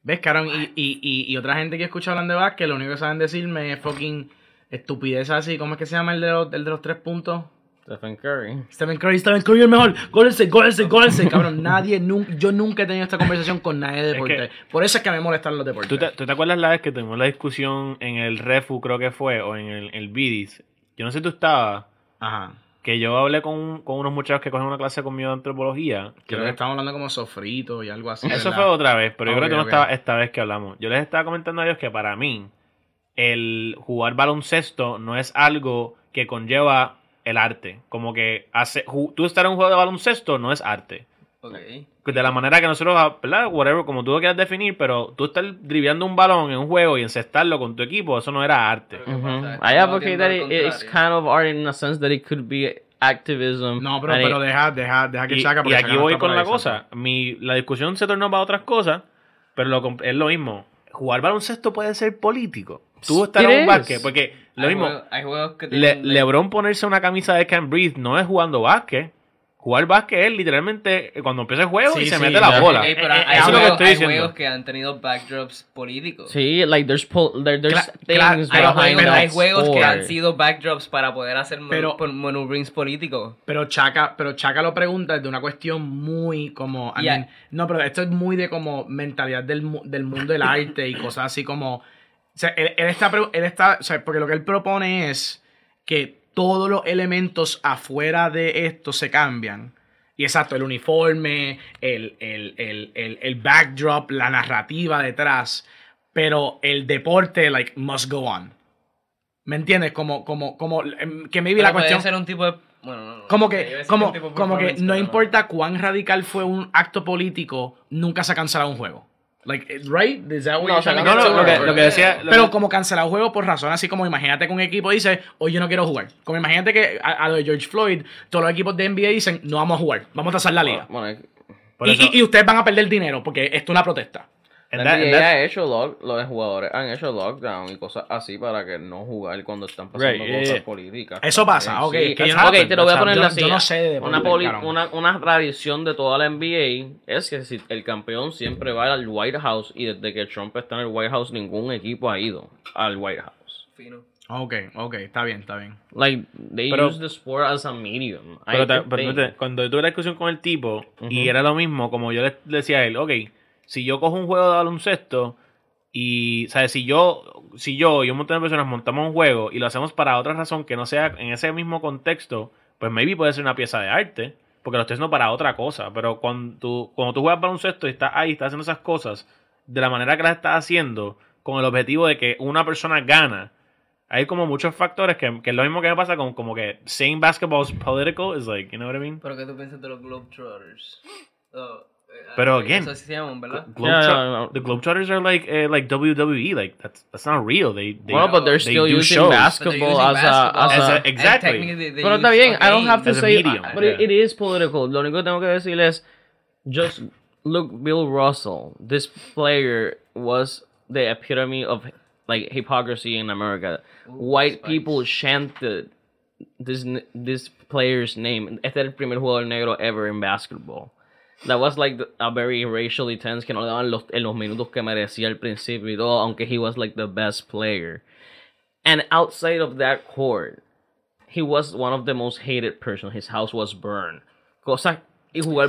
Speaker 1: ¿Ves, Caron? Y, y, y, y otra gente que escucha hablando de básquet, lo único que saben decirme es fucking estupidez así. ¿Cómo es que se llama el de los, el de los tres puntos?
Speaker 2: Stephen Curry.
Speaker 1: Stephen Curry, Stephen Curry es el mejor. Golden State, Golden State, Golden State. Cabrón, nadie, nun- yo nunca he tenido esta conversación con nadie de
Speaker 4: que-
Speaker 1: deporte. Por eso es que me molestan los deportes.
Speaker 4: ¿Tú te, tú te acuerdas la vez que tuvimos la discusión en el Refu, creo que fue, o en el, el Bidis? Yo no sé si tú estabas,
Speaker 1: Ajá.
Speaker 4: que yo hablé con, un- con unos muchachos que cogen una clase conmigo de antropología.
Speaker 1: Creo que estamos hablando como sofrito y algo así.
Speaker 4: Eso
Speaker 1: ¿verdad?
Speaker 4: fue otra vez, pero yo
Speaker 1: Ok,
Speaker 4: creo que no
Speaker 1: ok.
Speaker 4: estaba esta vez que hablamos. Yo les estaba comentando a ellos que para mí el jugar baloncesto no es algo que conlleva el arte. Como que hace, ju- tú estar en un juego de baloncesto no es arte.
Speaker 3: Ok.
Speaker 4: De la manera que nosotros, ah, ¿verdad? Whatever, como tú lo quieras definir, pero tú estar driblando un balón en un juego y encestarlo con tu equipo, eso no era arte.
Speaker 3: ¿Qué pasa?
Speaker 2: I
Speaker 3: Estaba
Speaker 2: advocate
Speaker 3: viendo
Speaker 2: that
Speaker 3: al
Speaker 2: it- it's
Speaker 3: contrario.
Speaker 2: kind of art in a sense that it could be activism.
Speaker 1: No, pero,
Speaker 2: and it-
Speaker 1: pero deja, deja, deja que
Speaker 4: Y,
Speaker 1: chaca.
Speaker 4: y
Speaker 1: porque Chaca
Speaker 4: aquí
Speaker 1: no
Speaker 4: voy
Speaker 1: está por
Speaker 4: con la
Speaker 1: ahí,
Speaker 4: cosa. Mi, la discusión se tornó para otras cosas, pero lo comp- es lo mismo. Jugar baloncesto puede ser político. Tú estar en
Speaker 2: ¿Crees?
Speaker 4: un básquet, porque lo
Speaker 3: Hay
Speaker 4: mismo.
Speaker 3: juegos- hay juegos que
Speaker 4: Le-
Speaker 3: tienen-
Speaker 4: LeBron ponerse una camisa de Can Breathe no es jugando básquet. Jugar básquet es literalmente eh, cuando empieza el juego
Speaker 1: Sí,
Speaker 4: y se
Speaker 1: sí,
Speaker 4: mete la
Speaker 1: ya.
Speaker 4: bola.
Speaker 3: Ey, pero
Speaker 1: Eh, eh,
Speaker 3: hay,
Speaker 4: eso es lo que
Speaker 3: juegos,
Speaker 4: estoy
Speaker 3: hay
Speaker 4: diciendo.
Speaker 3: juegos que han tenido backdrops políticos.
Speaker 2: Sí, like there's pol there, there's
Speaker 1: Cla-
Speaker 2: things
Speaker 1: cla- hay
Speaker 2: behind
Speaker 3: Hay, juegos,
Speaker 1: no,
Speaker 2: that
Speaker 3: hay juegos que
Speaker 2: sport.
Speaker 3: han sido backdrops para poder hacer
Speaker 1: Pero-
Speaker 3: pero, manubrings políticos.
Speaker 1: Pero Chaca, pero Chaca lo pregunta desde una cuestión muy como. I
Speaker 3: Yeah.
Speaker 1: mean, no, pero esto es muy de como mentalidad del, mu- del mundo del arte y cosas así como. O sea, él, él está, pre- él está. O sea, porque lo que él propone es que todos los elementos afuera de esto se cambian. Y exacto, el uniforme, el, el, el, el, el backdrop, la narrativa detrás. Pero el deporte, like, must go on. ¿Me entiendes? Como, como, como, em, que maybe
Speaker 3: Pero
Speaker 1: la cuestión.
Speaker 3: podría ser un tipo de... Bueno, no, no,
Speaker 1: Como
Speaker 3: iba a
Speaker 1: que,
Speaker 3: decir
Speaker 1: como,
Speaker 3: un tipo de
Speaker 1: como que
Speaker 3: performance,
Speaker 1: no
Speaker 3: pero
Speaker 1: importa cuán radical fue un acto político, nunca se ha cancelado un juego. Like, it- right? Is that what
Speaker 2: No,
Speaker 1: you're
Speaker 2: o sea,
Speaker 1: trying
Speaker 4: No,
Speaker 1: to
Speaker 4: no,
Speaker 1: get to?
Speaker 4: lo que, lo que decía. lo
Speaker 1: Pero
Speaker 4: que-
Speaker 1: como cancelar un juego por razón, así como imagínate que un equipo dice, hoy yo no quiero jugar. Como imagínate que a, a lo de George Floyd, todos los equipos de NBA dicen, no vamos a jugar, vamos a tasar la liga.
Speaker 2: Bueno, es-
Speaker 4: por
Speaker 1: y,
Speaker 4: eso-
Speaker 1: y- y ustedes van a perder dinero porque esto es una protesta.
Speaker 4: and
Speaker 2: la
Speaker 4: that- and
Speaker 2: NBA
Speaker 4: that-
Speaker 2: ha hecho lock, los jugadores han hecho lockdown y cosas así para que no jugar cuando están pasando
Speaker 4: Right, yeah,
Speaker 2: cosas
Speaker 4: yeah.
Speaker 2: políticas.
Speaker 1: Eso pasa, ok,
Speaker 2: también, sí.
Speaker 1: que yo
Speaker 2: Ok,
Speaker 1: no-
Speaker 2: te lo voy a
Speaker 4: that's
Speaker 2: poner
Speaker 1: yo-
Speaker 2: así.
Speaker 1: yo no sé de
Speaker 2: una,
Speaker 1: deporte,
Speaker 2: poli-
Speaker 1: cabrón.
Speaker 2: una, una tradición de toda la NBA es que si el campeón siempre va al White House y desde que Trump está en el White House ningún equipo ha ido al White House.
Speaker 3: fino.
Speaker 1: Ok, ok, está bien, está bien.
Speaker 2: Like, they
Speaker 4: Pero-
Speaker 2: use the sport as a medium. I
Speaker 4: pero ta-
Speaker 2: think
Speaker 4: pero
Speaker 2: they-
Speaker 4: fíjate, cuando tuve la discusión con el tipo, y
Speaker 2: Ujú.
Speaker 4: era lo mismo, como yo le le decía a él, ok, si yo cojo un juego de baloncesto y, ¿sabes? Si yo, si yo y un montón de personas montamos un juego y lo hacemos para otra razón que no sea en ese mismo contexto, pues maybe puede ser una pieza de arte, porque lo estoy haciendo para otra cosa. Pero cuando tú, cuando tú juegas baloncesto y estás ahí, estás haciendo esas cosas de la manera que las estás haciendo, con el objetivo de que una persona gana. Hay como muchos factores que, que es lo mismo que me pasa con como que saying basketball is political is like, you know what I mean?
Speaker 3: Pero ¿qué tú piensas de los Globetrotters? Oh, eh,
Speaker 4: Pero
Speaker 3: eh,
Speaker 4: again,
Speaker 3: eso sí se llaman, ¿verdad?
Speaker 4: Globetrot-
Speaker 2: Yeah, yeah, yeah.
Speaker 4: The Globetrotters are like uh, like WWE. Like that's that's not real. They, they
Speaker 2: Well, but they're
Speaker 4: they
Speaker 2: still
Speaker 4: do
Speaker 2: using
Speaker 4: shows.
Speaker 3: But they're
Speaker 2: basketball
Speaker 3: using
Speaker 2: as a,
Speaker 3: basketball
Speaker 2: as
Speaker 4: As
Speaker 2: a
Speaker 4: a- exactly.
Speaker 3: technically they- they
Speaker 2: Pero está
Speaker 3: use
Speaker 2: bien,
Speaker 3: a
Speaker 2: I don't have to
Speaker 4: As a
Speaker 2: say,
Speaker 4: medium,
Speaker 2: but it-
Speaker 4: yeah.
Speaker 2: it is political. Lo único que tengo que decir es, just look, Bill Russell, this player was the epitome of like hypocrisy in America. White
Speaker 3: spikes.
Speaker 2: people chanted this n- this player's name. Este era el primer jugador negro ever in basketball. That was like the- a very racially tense que no le daban los, en los minutos que merecía al principio y todo, aunque he was like the best player. And outside of that court, he was one of the most hated person. His house was burned. Cosa y jugar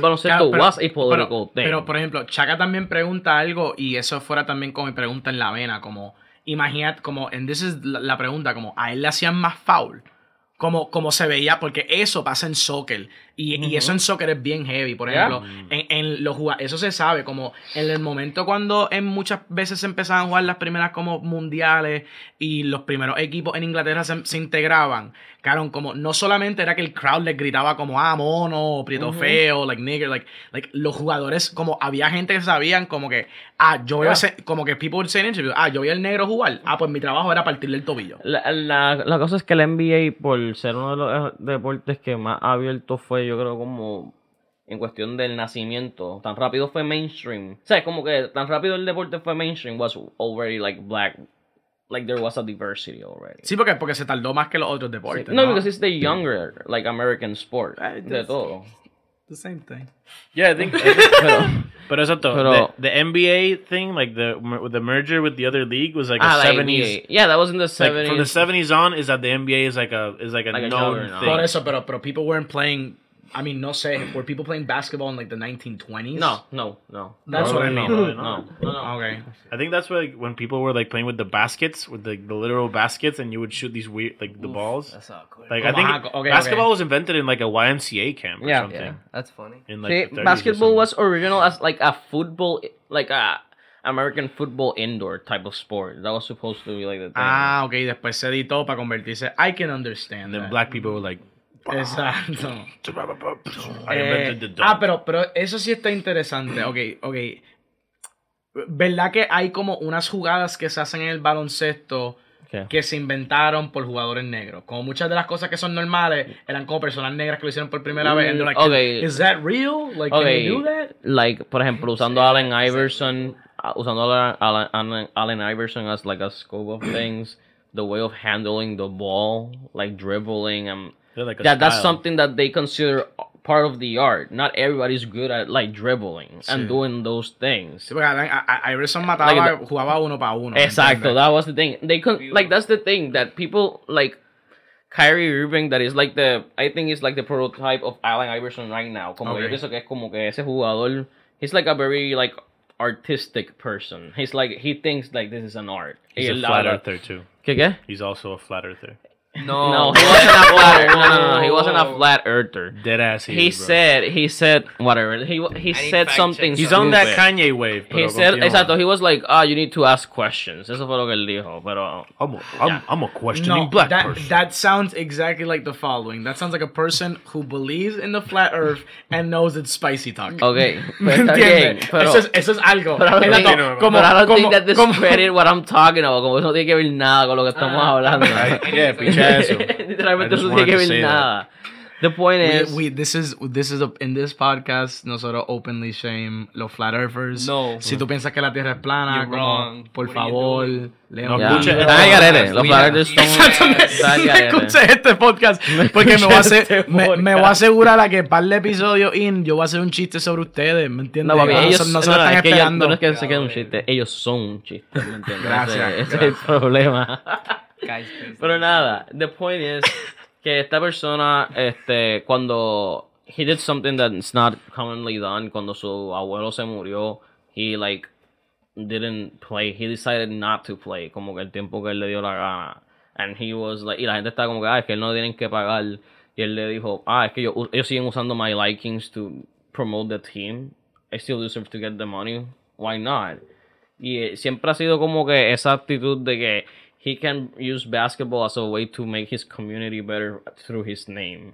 Speaker 1: Claro,
Speaker 2: baloncesto
Speaker 1: pero-
Speaker 2: was a political
Speaker 1: pero,
Speaker 2: thing.
Speaker 1: pero, por ejemplo, Chaka también pregunta algo y eso fuera también como mi pregunta en la vena, como, imagínate, como, and this is la, la pregunta, como, a él le hacían más foul, como, como se veía, porque eso pasa en soccer, y, y eso en soccer es bien heavy, por
Speaker 2: Yeah.
Speaker 1: ejemplo, en, en los jugad- eso se sabe, como, en el momento cuando en muchas veces se empezaban a jugar las primeras como mundiales y los primeros equipos en Inglaterra se, se integraban, Claro, como no solamente era que el crowd les gritaba como ah mono, prieto
Speaker 2: Ujú.
Speaker 1: feo, like nigger, like, like los jugadores como había gente que sabían como que ah yo veo
Speaker 2: Ah.
Speaker 1: ese- como que people saying interview, ah yo vi al negro jugar, ah pues mi trabajo era partirle el tobillo.
Speaker 2: La, la, la cosa es que la NBA, por ser uno de los eh, deportes que más abierto fue, yo creo, como en cuestión del nacimiento, tan rápido fue mainstream. O sea, como que tan rápido el deporte fue mainstream, was already like black. Like there was a diversity already.
Speaker 1: Sí, porque porque se tardó más que los otros deportes.
Speaker 2: no, because it's the younger, like American sport. De todo.
Speaker 1: the same thing.
Speaker 4: Yeah, I think.
Speaker 2: Pero,
Speaker 4: but exacto.
Speaker 2: Pero-
Speaker 4: the, the NBA thing, like the mer- the merger with the other league, was like
Speaker 2: ah,
Speaker 4: a
Speaker 2: la
Speaker 4: seventies.
Speaker 2: 70s. Yeah, that was in the 70s.
Speaker 4: Like from the seventies on, is that the NBA is like a is like a
Speaker 2: Like a
Speaker 4: known
Speaker 2: juggernaut.
Speaker 4: thing.
Speaker 1: Por eso, pero pero people weren't playing, I mean no sé, were people playing basketball in like the 1920s?
Speaker 2: No, no, no.
Speaker 1: that's what I mean.
Speaker 4: Probably
Speaker 2: No,
Speaker 4: not.
Speaker 2: no, no.
Speaker 1: Okay.
Speaker 4: I think that's where like, when people were like playing with the baskets, with the, the literal baskets, and you would shoot these weird like the
Speaker 3: Oof,
Speaker 4: balls.
Speaker 3: That's awkward.
Speaker 4: Like
Speaker 1: Come
Speaker 4: I think
Speaker 1: on, okay,
Speaker 4: basketball
Speaker 1: okay.
Speaker 4: was invented in like a YMCA camp or
Speaker 2: Yeah.
Speaker 4: something.
Speaker 3: yeah, that's funny.
Speaker 4: In
Speaker 2: See,
Speaker 4: like the 30s or
Speaker 2: basketball
Speaker 4: something.
Speaker 2: was original as like a football, like a American football indoor type of sport. That was supposed to be like the thing.
Speaker 1: Ah, ok, después se editó para convertirse. I can understand.
Speaker 4: and then
Speaker 1: that.
Speaker 4: black people were like,
Speaker 1: Exacto.
Speaker 4: I
Speaker 1: Eh,
Speaker 4: invented the dunk.
Speaker 1: ah, pero, pero eso sí está interesante. Ok, ok. ¿Verdad que hay como unas jugadas que se hacen en el baloncesto
Speaker 2: Okay.
Speaker 1: que se inventaron por jugadores negros? Como muchas de las cosas que son normales eran como personas negras que lo hicieron por primera vez. and they're like,
Speaker 4: Mm,
Speaker 2: Okay.
Speaker 1: Is that real? Like,
Speaker 2: Okay.
Speaker 1: can you do that?
Speaker 2: Like for example, usando Allen Iverson, uh, usando Allen- Allen, Allen, Allen Iverson as like a scope of things, the way of handling the ball, like dribbling, um, and
Speaker 4: They're like a
Speaker 2: that that's
Speaker 4: style.
Speaker 2: something that they consider part of the art. Not everybody's good at like dribbling
Speaker 1: Sí.
Speaker 2: and doing those things.
Speaker 1: Sí, porque a- a- a Iverson mataba,
Speaker 2: Like
Speaker 1: jugaba uno para uno. ¿me
Speaker 2: Exacto.
Speaker 1: entiendes?
Speaker 2: That was the thing. They could like that's the thing that people like Kyrie Irving that is like the I think it's like the prototype of Allen Iverson right now. Como yo
Speaker 1: Okay.
Speaker 2: pienso que es como que ese jugador he's like a very like artistic person. He's like he thinks like this is an art.
Speaker 4: He's
Speaker 2: Y
Speaker 4: a
Speaker 2: él
Speaker 4: flat
Speaker 2: habla-
Speaker 4: earther too.
Speaker 2: ¿Qué qué?
Speaker 4: He's also a flat earther.
Speaker 2: No, he wasn't a flat. No, no, no, he wasn't a
Speaker 3: Whoa.
Speaker 2: flat earther.
Speaker 4: Dead ass.
Speaker 2: He
Speaker 4: is, bro.
Speaker 2: said he said whatever. He he
Speaker 3: need
Speaker 2: said
Speaker 3: fact
Speaker 2: something.
Speaker 3: check
Speaker 4: He's on that
Speaker 2: stupid.
Speaker 4: Kanye wave.
Speaker 2: He
Speaker 4: pero
Speaker 2: said
Speaker 4: continúa.
Speaker 2: exacto. He was like ah you need to ask questions. Eso fue lo que él dijo. Pero
Speaker 4: I'm a, I'm,
Speaker 2: Yeah.
Speaker 4: I'm a
Speaker 1: No,
Speaker 4: questioning black
Speaker 1: that,
Speaker 4: person.
Speaker 1: that sounds exactly like the following. That sounds like a person who believes in the flat earth and knows it's spicy talk.
Speaker 2: Okay,
Speaker 1: ¿Me
Speaker 2: pues está bien,
Speaker 1: entiendes?
Speaker 2: pero,
Speaker 1: eso, es, eso es algo.
Speaker 2: pero I don't
Speaker 1: Es
Speaker 2: think-
Speaker 1: algo como,
Speaker 2: but I don't
Speaker 1: como,
Speaker 2: think that
Speaker 1: como-
Speaker 2: discredit what I'm talking about, como eso no tiene que ver nada con lo que estamos
Speaker 3: Ah.
Speaker 2: hablando.
Speaker 4: I- yeah,
Speaker 3: Anyways,
Speaker 4: pinche eso.
Speaker 2: Literalmente
Speaker 4: I just
Speaker 2: eso no tiene que
Speaker 4: wanted to
Speaker 2: ver
Speaker 4: say that.
Speaker 2: nada. The point is,
Speaker 1: We, we, this is, this is a, in this podcast, nosotros openly shame los flat earthers.
Speaker 3: No.
Speaker 1: Si tú piensas que la tierra es plana,
Speaker 3: You're
Speaker 1: como,
Speaker 3: wrong.
Speaker 1: por
Speaker 3: What are you
Speaker 1: favor,
Speaker 3: doing?
Speaker 1: lea
Speaker 4: No,
Speaker 1: un
Speaker 2: yeah.
Speaker 1: libro.
Speaker 4: escucha-
Speaker 2: Están al garete, los
Speaker 3: We-
Speaker 2: Flyers
Speaker 1: Exacto,
Speaker 2: son-
Speaker 1: me-
Speaker 2: están al
Speaker 1: me
Speaker 2: garete.
Speaker 1: escuché este podcast. Porque me voy, a hacer-
Speaker 2: escuché este
Speaker 1: me, me voy a
Speaker 2: podcast.
Speaker 1: asegurar a que par de episodios in, yo voy a hacer un chiste sobre ustedes, ¿me entiendes?
Speaker 2: No, papi,
Speaker 1: no,
Speaker 2: ellos
Speaker 1: se- no se
Speaker 2: no,
Speaker 1: lo
Speaker 2: no,
Speaker 1: están
Speaker 2: es que ellos-
Speaker 1: esperando.
Speaker 2: no es que se queden un chiste, ellos son un chiste, ¿me entiendes?
Speaker 1: Gracias,
Speaker 2: Ese- ese es el problema.
Speaker 3: Guys, please.
Speaker 2: Pero nada, the point is que esta persona, este, cuando he did something that's not commonly done, cuando su abuelo se murió, he like didn't play, he decided not to play, como que el tiempo que él le dio la gana. And he was like, y la gente estaba como que, ah, es que él no tienen que pagar. Y él le dijo, ah, es que yo, ellos siguen usando my likings to promote the team. I still deserve to get the money. Why not? Y eh, siempre ha sido como que esa actitud de que he can use basketball as a way to make his community better through his name.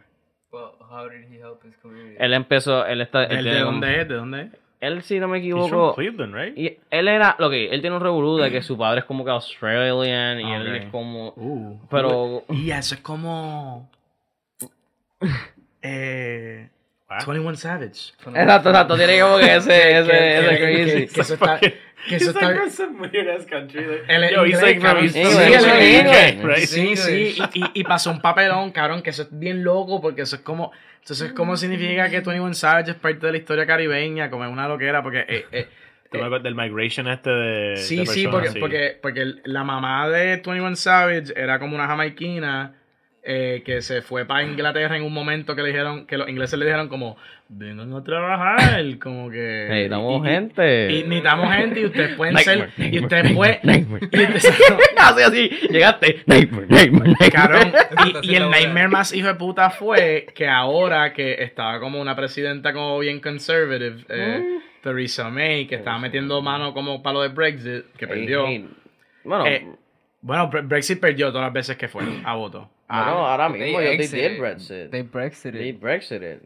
Speaker 3: But how did he help his community?
Speaker 2: Él empezó, él está... él
Speaker 1: ¿El de
Speaker 2: tiene un-
Speaker 1: dónde es? ¿De dónde es?
Speaker 2: Él, si no me
Speaker 4: He's from
Speaker 2: equivoco...
Speaker 4: Cleveland, right?
Speaker 2: Y él era... Lo que él tiene un revolú de que su padre es como que Australian y él
Speaker 1: Ah, Ok.
Speaker 2: es como...
Speaker 1: Uh.
Speaker 2: Pero...
Speaker 1: Y eso es como. Eh,
Speaker 4: Wow.
Speaker 1: 21 Savage.
Speaker 2: Exacto, exacto, tiene como que Ah. ese, ese, ese
Speaker 1: que-
Speaker 2: crazy.
Speaker 1: que eso está.
Speaker 4: Fucking-
Speaker 1: Que eso
Speaker 4: He's like
Speaker 1: está
Speaker 4: from some weird ass country. Like,
Speaker 1: El-
Speaker 4: yo, he's
Speaker 1: inglés,
Speaker 4: like from
Speaker 1: cabrón.
Speaker 4: he's from
Speaker 2: English,
Speaker 4: UK,
Speaker 2: English.
Speaker 4: right?
Speaker 1: Sí, sí,
Speaker 3: English.
Speaker 1: y, y- y pasó un papelón, cabrón, que eso es bien loco, porque eso es como, entonces ¿cómo significa que 21 Savage es parte de la historia caribeña, como es una loquera, porque eh, eh,
Speaker 4: Te acuerdas del migration este de.
Speaker 1: Sí,
Speaker 4: de
Speaker 1: sí,
Speaker 4: personas,
Speaker 1: porque, porque, porque el- la mamá de 21 Savage era como una jamaiquina eh, que se fue para Inglaterra en un momento que le dijeron, que los ingleses le dijeron como, vengan a trabajar, como que...
Speaker 2: Necesitamos
Speaker 1: y- y-
Speaker 2: gente.
Speaker 1: Y, necesitamos gente y ustedes pueden
Speaker 2: Nightmare,
Speaker 1: ser... Y
Speaker 2: nightmare,
Speaker 1: ustedes pueden...
Speaker 2: nightmare.
Speaker 1: y ustedes-
Speaker 2: así, así, llegaste. Nightmare, nightmare, nightmare.
Speaker 1: Cabrón,
Speaker 3: Exacto,
Speaker 1: y,
Speaker 3: así
Speaker 1: y
Speaker 3: es
Speaker 1: el
Speaker 3: la hora.
Speaker 1: nightmare más hijo de puta fue que ahora que estaba como una presidenta como bien conservative,
Speaker 2: Mm.
Speaker 1: eh, Theresa May, que estaba
Speaker 2: Theresa
Speaker 1: metiendo mano como palo de Brexit, que perdió.
Speaker 2: Ey, ey. Bueno,
Speaker 1: Eh, Bueno, Bre- Brexit perdió todas las veces que fue a voto.
Speaker 2: ah, no, ahora mismo yo
Speaker 3: they
Speaker 2: they did
Speaker 3: exited.
Speaker 2: Brexit.
Speaker 3: They
Speaker 2: They,
Speaker 3: Brexited.
Speaker 2: Brexited.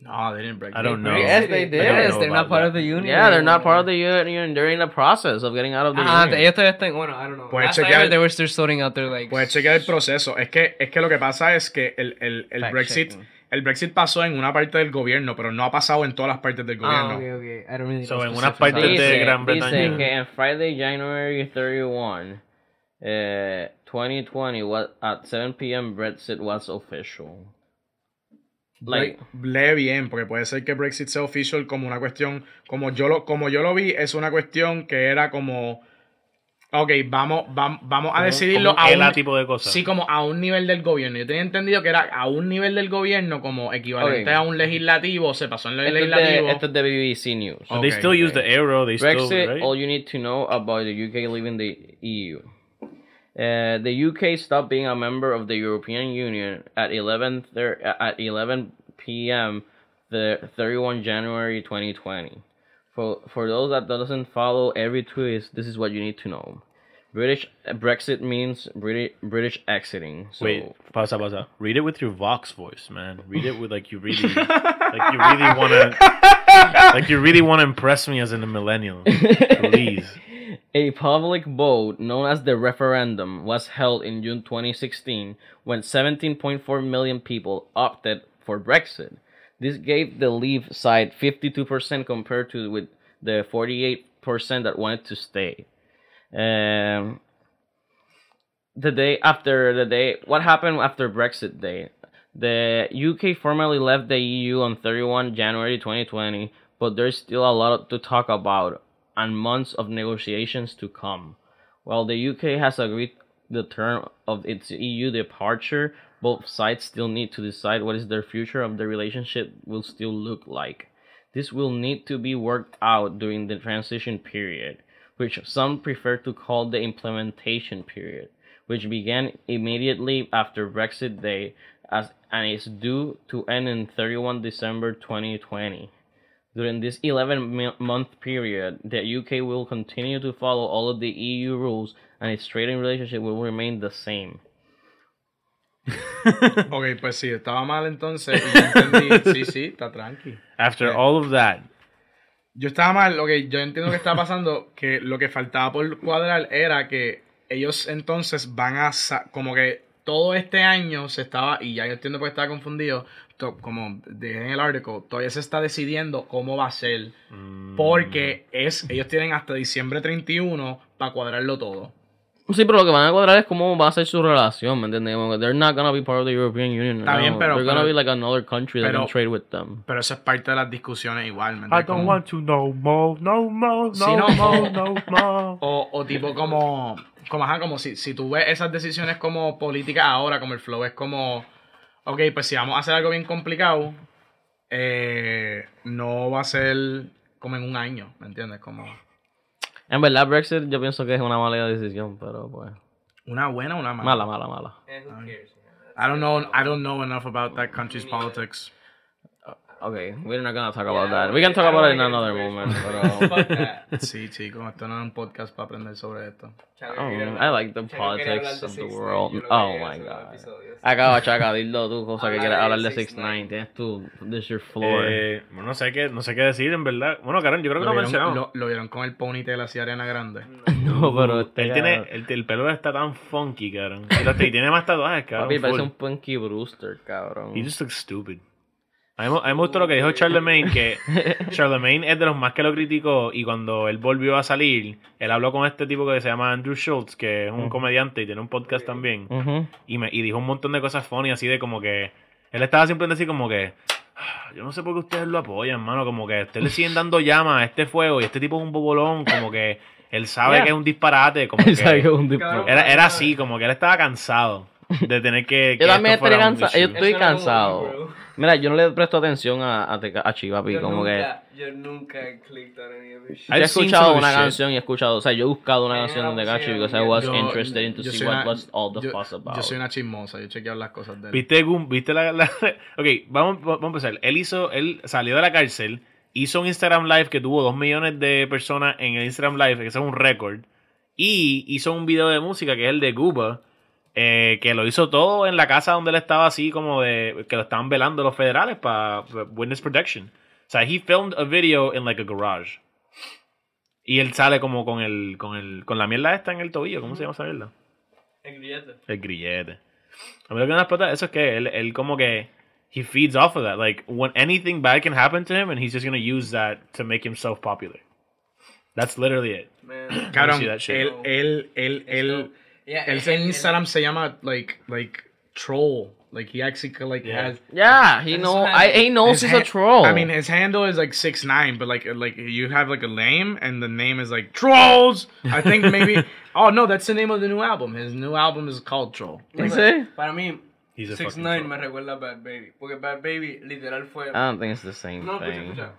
Speaker 1: No, they didn't break.
Speaker 4: I don't
Speaker 1: they
Speaker 4: know.
Speaker 1: break-
Speaker 2: Yes, they did.
Speaker 4: I don't
Speaker 3: Yes,
Speaker 4: know
Speaker 3: they're not
Speaker 4: about
Speaker 3: part
Speaker 4: that.
Speaker 3: of the union.
Speaker 2: Yeah, they're not part of the union. They're in the process of getting out of the
Speaker 3: Ah,
Speaker 2: union.
Speaker 3: they- ellos todavía están. Bueno, I don't know.
Speaker 4: Pues
Speaker 1: Puedes
Speaker 3: Last I
Speaker 1: chequear-
Speaker 3: heard they were still sorting out their like.
Speaker 1: Pues chequear el proceso. Es que, es que lo que pasa es que el, el, el
Speaker 2: Fact
Speaker 1: Brexit,
Speaker 2: checking.
Speaker 1: el Brexit pasó en una parte del gobierno, pero no ha pasado en todas las partes del
Speaker 3: Ah,
Speaker 1: gobierno.
Speaker 3: okay, okay. I don't really.
Speaker 4: So
Speaker 3: know
Speaker 4: en una
Speaker 3: specifics
Speaker 4: parte
Speaker 3: about
Speaker 4: de
Speaker 3: it.
Speaker 2: Dice,
Speaker 4: Gran Bretaña.
Speaker 2: dice que en Friday, January 31, eh, 2020, what, at 7 p.m., Brexit was official. Like,
Speaker 1: Lee bien, porque puede ser que Brexit sea official como una cuestión, como yo lo, como yo lo vi, es una cuestión que era como, ok, vamos, vam- vamos a decidirlo
Speaker 4: Como
Speaker 1: a
Speaker 4: el
Speaker 1: un,
Speaker 4: tipo de cosas.
Speaker 1: sí, como a un nivel del gobierno. Yo tenía entendido que era a un nivel del gobierno como equivalente
Speaker 2: Ok.
Speaker 1: a un legislativo, se pasó en el
Speaker 2: esto es,
Speaker 1: legislativo.
Speaker 2: de, esto es de BBC News.
Speaker 1: Oh, okay,
Speaker 4: they still use the euro. They
Speaker 2: Brexit,
Speaker 4: still right.
Speaker 2: all you need to know about the UK leaving the EU. Uh, the UK stopped being a member of the European Union at 11 thir- uh, at 11 p.m. the 31 January 2020. For for those that doesn't follow every twist, this is what you need to know. British Brexit means British British exiting. So
Speaker 4: Wait, pausa, pausa. Read it with your Vox voice, man. Read it with like you really, like you really wanna, like you really wanna impress me as a millennial. Please.
Speaker 2: A public vote known as the referendum was held in June 2016 when 17.4 million people opted for Brexit. This gave the Leave side 52% compared to with the 48% that wanted to stay. Um, the day after the day, what happened after Brexit Day? The UK formally left the EU on 31 January 2020, but there's still a lot to talk about and months of negotiations to come. While the UK has agreed the term of its EU departure, both sides still need to decide what is their future of the relationship will still look like. This will need to be worked out during the transition period, which some prefer to call the implementation period, which began immediately after Brexit Day as, and is due to end in 31 December 2020. During this 11 mi- month period, the UK will continue to follow all of the EU rules and its trading relationship will remain the same.
Speaker 1: Ok, pues sí, estaba mal entonces. y yo entendí. sí, sí, está tranqui.
Speaker 4: After all of that,
Speaker 1: Yo estaba mal, ok, yo entiendo que estaba pasando, que lo que faltaba por cuadrar era que ellos entonces van a, sa- como que todo este año se estaba, y ya yo entiendo porque estaba confundido, to- como dije en el artículo, todavía se está decidiendo cómo va a ser,
Speaker 4: mm,
Speaker 1: porque es, ellos tienen hasta diciembre 31 para cuadrarlo todo.
Speaker 2: Sí, pero lo que van a cuadrar es cómo va a ser su relación, ¿me entiendes? Como que They're not gonna be part of the European Union.
Speaker 1: Está
Speaker 2: no.
Speaker 1: bien, pero-
Speaker 2: They're gonna
Speaker 1: pero-
Speaker 2: be like another country that
Speaker 1: pero-
Speaker 2: can trade with them.
Speaker 1: Pero eso es parte de las discusiones igual, ¿me
Speaker 4: I
Speaker 1: entiendes?
Speaker 4: don't
Speaker 1: Como-
Speaker 4: want to no more, no more, no
Speaker 1: Sí, no,
Speaker 4: more,
Speaker 1: no.
Speaker 4: no more.
Speaker 1: O, o tipo como, como, ajá, como si, si tú ves esas decisiones como políticas ahora, como el flow es como, ok, pues si vamos a hacer algo bien complicado, eh, no va a ser como en un año, ¿me entiendes? Como
Speaker 2: En verdad, Brexit yo pienso que es una mala decisión, pero pues...
Speaker 1: una buena o una mala.
Speaker 2: Mala, mala, mala.
Speaker 3: And Eh, who cares? man?
Speaker 1: I don't know, I don't know enough about that country's politics.
Speaker 2: Okay, we're not gonna talk about
Speaker 3: Yeah,
Speaker 2: that. We can talk
Speaker 3: I
Speaker 2: about it in
Speaker 3: don't
Speaker 2: another
Speaker 3: wanna
Speaker 2: moment. um,
Speaker 3: get
Speaker 2: Pero,
Speaker 3: Fuck that.
Speaker 1: Sí, chicos, esto no es un podcast para aprender sobre esto.
Speaker 2: I,
Speaker 3: Chaco
Speaker 2: don't
Speaker 3: quería
Speaker 2: know,
Speaker 3: hablar-
Speaker 2: um, I like the
Speaker 3: Chaco quería hablar
Speaker 2: politics
Speaker 3: de
Speaker 2: of the
Speaker 3: 6ix9ine,
Speaker 2: world.
Speaker 3: yo lo
Speaker 2: Oh
Speaker 3: quería
Speaker 2: my
Speaker 3: hacer un
Speaker 2: god.
Speaker 3: episodio de
Speaker 2: Acaba, chaca, dilo tú, cosa que
Speaker 3: Hablar
Speaker 2: quieras
Speaker 3: de
Speaker 2: hablar de 6ix9ine.
Speaker 3: 6ix9ine.
Speaker 2: Tienes tú, this your floor.
Speaker 4: Eh, bueno, no sé qué, no sé qué decir, en verdad. Bueno, Karen, yo creo que
Speaker 1: Lo
Speaker 4: lo,
Speaker 1: vieron,
Speaker 4: mencionamos.
Speaker 1: lo- lo vieron con el ponytail hacia Arena Grande.
Speaker 2: no, pero este
Speaker 4: Él
Speaker 2: cara-
Speaker 4: tiene, el, el pelo está tan funky, cabrón. Y lo- Y tiene más tatuajes, cabrón.
Speaker 2: Papi, parece
Speaker 4: full.
Speaker 2: un Punky Brewster, cabrón.
Speaker 4: He just looks stupid. A mí, me- a mí me gustó lo que dijo Charlemagne, que Charlemagne es de los más que lo criticó y cuando él volvió a salir, él habló con este tipo que se llama Andrew Schultz, que es un
Speaker 2: Ujú.
Speaker 4: comediante y tiene un podcast también,
Speaker 2: Ujú.
Speaker 4: y, me, y dijo un montón de cosas funny, así de como que... Él estaba simplemente así como que... "Ah, Yo no sé por qué ustedes lo apoyan, mano, como que ustedes le siguen dando llama a este fuego y este tipo es un bobolón, como que él sabe
Speaker 2: Yeah.
Speaker 4: que es un disparate, como que...
Speaker 2: Él sabe que es un tipo.
Speaker 3: Cabrón.
Speaker 4: Era, era así, como que él estaba cansado de tener que... que
Speaker 2: Yo también
Speaker 4: esto fuera
Speaker 2: estoy
Speaker 4: un
Speaker 2: cansa-
Speaker 4: issue.
Speaker 2: yo estoy
Speaker 3: Eso era como
Speaker 2: cansado.
Speaker 3: un bro.
Speaker 2: Mira, yo no le presto atención a, a, Teca- a Chivapi,
Speaker 3: Yo
Speaker 2: como que.
Speaker 3: nunca- Yo nunca clicked on any of his shit.
Speaker 2: Yo he
Speaker 4: I've seen
Speaker 2: escuchado
Speaker 4: some of
Speaker 2: una
Speaker 4: this shit.
Speaker 2: canción y he escuchado, o sea, yo he buscado una
Speaker 3: Eh,
Speaker 2: canción de
Speaker 3: no,
Speaker 2: Gachi
Speaker 3: sí,
Speaker 2: because I
Speaker 3: yo-
Speaker 2: was
Speaker 1: Yo-
Speaker 2: interested into
Speaker 1: yo
Speaker 2: see
Speaker 1: soy
Speaker 2: what
Speaker 1: una-
Speaker 2: was all the
Speaker 1: yo-
Speaker 2: fuss about.
Speaker 1: Yo soy una chismosa, yo chequeo las cosas de él.
Speaker 4: ¿Viste, Goom? ¿Viste la, la- Ok, vamos, vamos a empezar. Él hizo, él salió de la cárcel, hizo un Instagram Live que tuvo 2 millones de personas en el Instagram Live, que eso es un récord. Y hizo un video de música que es el de Cuba, eh, que lo hizo todo en la casa donde él estaba así como de... que lo estaban velando los federales para Witness Protection. O sea, he filmed a video in like a garage. Y él sale como con el, con el, con la mierda esta en el tobillo, ¿cómo se llama esa mierda?
Speaker 3: El grillete.
Speaker 4: El grillete. A mí lo que me da plata eso es que él, él como que he feeds off of that. Like when anything bad can happen to him and he's just gonna use that to make himself popular. That's literally it.
Speaker 3: Man.
Speaker 1: Cabrón,
Speaker 4: see that shit.
Speaker 1: él, él, él, él,
Speaker 3: Esto- Yeah,
Speaker 1: él
Speaker 3: and-
Speaker 1: en Instagram se llama, like, like, troll. Like, he actually, like,
Speaker 4: Yeah.
Speaker 1: has...
Speaker 2: yeah, he
Speaker 3: His
Speaker 2: know,
Speaker 3: hand-
Speaker 2: I, he knows
Speaker 1: His
Speaker 2: he's Oh, a
Speaker 1: han-
Speaker 2: troll.
Speaker 1: I
Speaker 4: eh,
Speaker 1: mean, his handle is like six nine, but like like you have like a name, and the name is like trolls. I think maybe. oh no, that's the name of the new album. His new album is called Troll.
Speaker 2: You see?
Speaker 3: Para mí,
Speaker 4: He's a
Speaker 3: Six
Speaker 4: fucking
Speaker 3: Nine
Speaker 4: troll.
Speaker 3: me recuerda a Bad Baby. Porque Bad Baby literal fue.
Speaker 2: I don't think it's the same
Speaker 3: no, escucha,
Speaker 2: thing.
Speaker 3: escucha.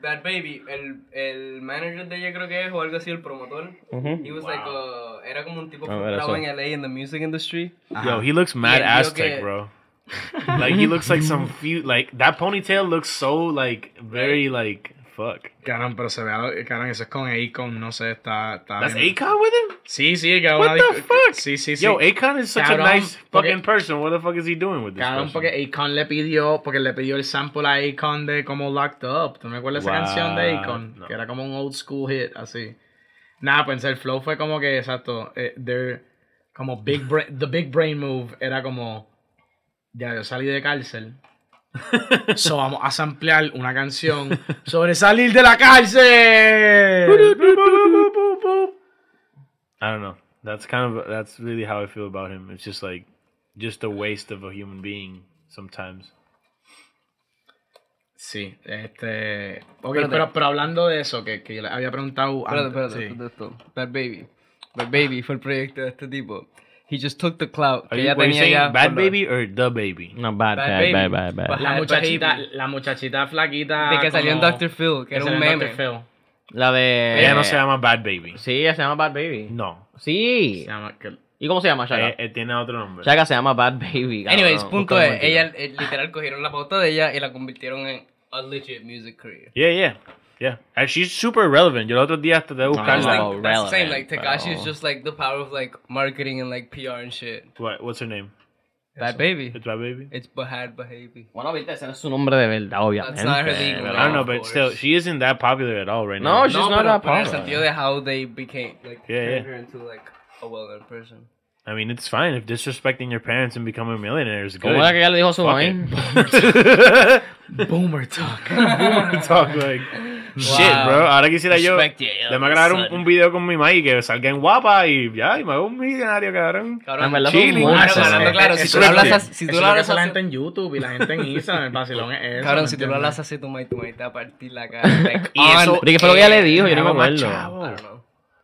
Speaker 3: Bad Baby, el, el manager de ella creo que es, o algo así, el promotor.
Speaker 2: Ujú.
Speaker 3: He was
Speaker 4: Wow.
Speaker 3: like a- era como un tipo
Speaker 2: A ver, eso.
Speaker 3: frustrado en LA in the music industry.
Speaker 4: Yo, he looks mad
Speaker 3: Yeah, yo
Speaker 4: Aztec,
Speaker 3: que-
Speaker 4: bro. like he looks like some few like that ponytail looks so like very like fuck.
Speaker 1: Caramba, pero se ve, algo- caramba, eso es con Akon, no sé, está, está
Speaker 4: That's
Speaker 1: bien.
Speaker 4: Akon with him?
Speaker 1: Sí, sí, el que va a
Speaker 4: What
Speaker 1: una
Speaker 4: the
Speaker 1: disco-
Speaker 4: fuck?
Speaker 1: Sí, sí, sí.
Speaker 4: Yo, Akon is such a
Speaker 1: Cabrón,
Speaker 4: nice
Speaker 1: porque-
Speaker 4: fucking person. What the fuck is he doing with this?
Speaker 1: Cabrón,
Speaker 4: person?
Speaker 1: porque Akon le pidió, porque le pidió el sample a Akon de como Locked Up. ¿Tú me acuerdas esa
Speaker 4: Wow,
Speaker 1: canción de Akon?
Speaker 4: no.
Speaker 1: Que era como un old school hit, así. Nada, pues el flow fue como que, exacto, eh, their- como big bra- the big brain move era como, ya yo salí de cárcel. so vamos a samplear una canción sobre salir de la cárcel.
Speaker 4: I don't know. That's kind of that's really how I feel about him. It's just like just a waste of a human being sometimes.
Speaker 1: Sí, este... ok,
Speaker 3: Espérate.
Speaker 1: pero, pero hablando de eso, que, que yo le había preguntado
Speaker 3: Espérate,
Speaker 1: antes.
Speaker 3: espérate,
Speaker 1: sí.
Speaker 3: espérate esto. Bad Baby. Bad Baby fue el proyecto de este tipo. He just took the clout.
Speaker 4: Are
Speaker 3: que
Speaker 4: you,
Speaker 3: ya
Speaker 4: were you
Speaker 3: tenía
Speaker 4: saying
Speaker 3: ya
Speaker 4: bad
Speaker 3: por lo-
Speaker 4: baby or the baby?
Speaker 2: No, bad,
Speaker 3: Bad
Speaker 2: bad,
Speaker 3: Baby.
Speaker 2: bad, bad, bad.
Speaker 3: Baja.
Speaker 1: La
Speaker 3: Ajá,
Speaker 1: muchachita,
Speaker 3: Baby.
Speaker 1: la muchachita flaquita.
Speaker 3: Pues, De que salió en
Speaker 1: como-
Speaker 3: Dr. Phil, que era
Speaker 1: Ah, salió
Speaker 3: un
Speaker 1: en
Speaker 3: meme.
Speaker 1: Dr. Phil.
Speaker 2: La de...
Speaker 4: Ella no se llama bad baby.
Speaker 2: Sí, ella se llama Bad Baby.
Speaker 4: No.
Speaker 1: Se
Speaker 2: Sí.
Speaker 1: llama- que-
Speaker 2: ¿Y cómo se llama, Chaga?
Speaker 4: Eh, eh, tiene otro nombre.
Speaker 2: Chaga se llama Bad Baby, cabrón.
Speaker 3: Anyways,
Speaker 2: Busca
Speaker 3: punto
Speaker 2: un
Speaker 3: es,
Speaker 2: motivo.
Speaker 3: ella eh, literal cogieron la pauta de ella y la convirtieron en a legit music career.
Speaker 4: Yeah, yeah. Yeah. And she's super irrelevant. Yo los otros días traté de
Speaker 3: That's
Speaker 4: buscarla.
Speaker 2: Oh,
Speaker 3: like, that's the same. Like
Speaker 2: relevant,
Speaker 3: Takashi is
Speaker 2: bro.
Speaker 3: just like the power of like marketing and like PR and shit.
Speaker 4: What, what's her name?
Speaker 3: Bad baby.
Speaker 4: It's bad baby?
Speaker 3: It's Bahad Bahabi.
Speaker 2: Bueno, viste, ese no es su nombre de verdad, obviamente.
Speaker 3: not her legal
Speaker 2: pero-
Speaker 4: I don't know,
Speaker 3: Of
Speaker 4: but
Speaker 3: course.
Speaker 4: still, she isn't that popular at all right
Speaker 2: No,
Speaker 4: now.
Speaker 2: she's not
Speaker 3: pero-
Speaker 2: that
Speaker 3: pero en
Speaker 2: popular.
Speaker 3: el sentido de how they became like
Speaker 4: Yeah,
Speaker 3: turned
Speaker 4: yeah.
Speaker 3: her into like a well-known person.
Speaker 4: I mean, it's fine if disrespecting your parents and becoming a millionaire is good.
Speaker 2: ¿Cómo era que ella le dijo a su
Speaker 4: Fuck
Speaker 2: mamá?
Speaker 4: it.
Speaker 1: Boomer talk.
Speaker 4: talk like shit, bro. Ahora quisiera yo.
Speaker 3: Respect your
Speaker 4: Le
Speaker 3: elders,
Speaker 4: me a grabar un,
Speaker 3: son.
Speaker 4: un video con mi mamá y que salga en guapa y ya, y me hago un millonario, cabrón.
Speaker 2: En verdad fue un
Speaker 3: chilling.
Speaker 2: buen
Speaker 3: Claro,
Speaker 2: session.
Speaker 3: claro, claro, Si tú
Speaker 4: Eso
Speaker 3: lo
Speaker 4: es
Speaker 3: hablas
Speaker 4: bien.
Speaker 3: así- si
Speaker 1: Eso es
Speaker 3: tú lo
Speaker 1: lo que
Speaker 3: hablas
Speaker 1: hace la
Speaker 3: así-
Speaker 1: gente en YouTube y la gente en Instagram, el vacilón es eso.
Speaker 3: Cabrón,
Speaker 1: ¿me
Speaker 3: si tú lo
Speaker 1: entiendes?
Speaker 3: hablas así, tu mate, tu mate te va a partir la cara. like,
Speaker 2: Y eso,
Speaker 3: on
Speaker 2: ¿de qué fue lo que ella le dijo? Yo
Speaker 4: Me
Speaker 2: no me
Speaker 4: hago más
Speaker 2: acuerdo.
Speaker 4: chavo.
Speaker 3: I don't know.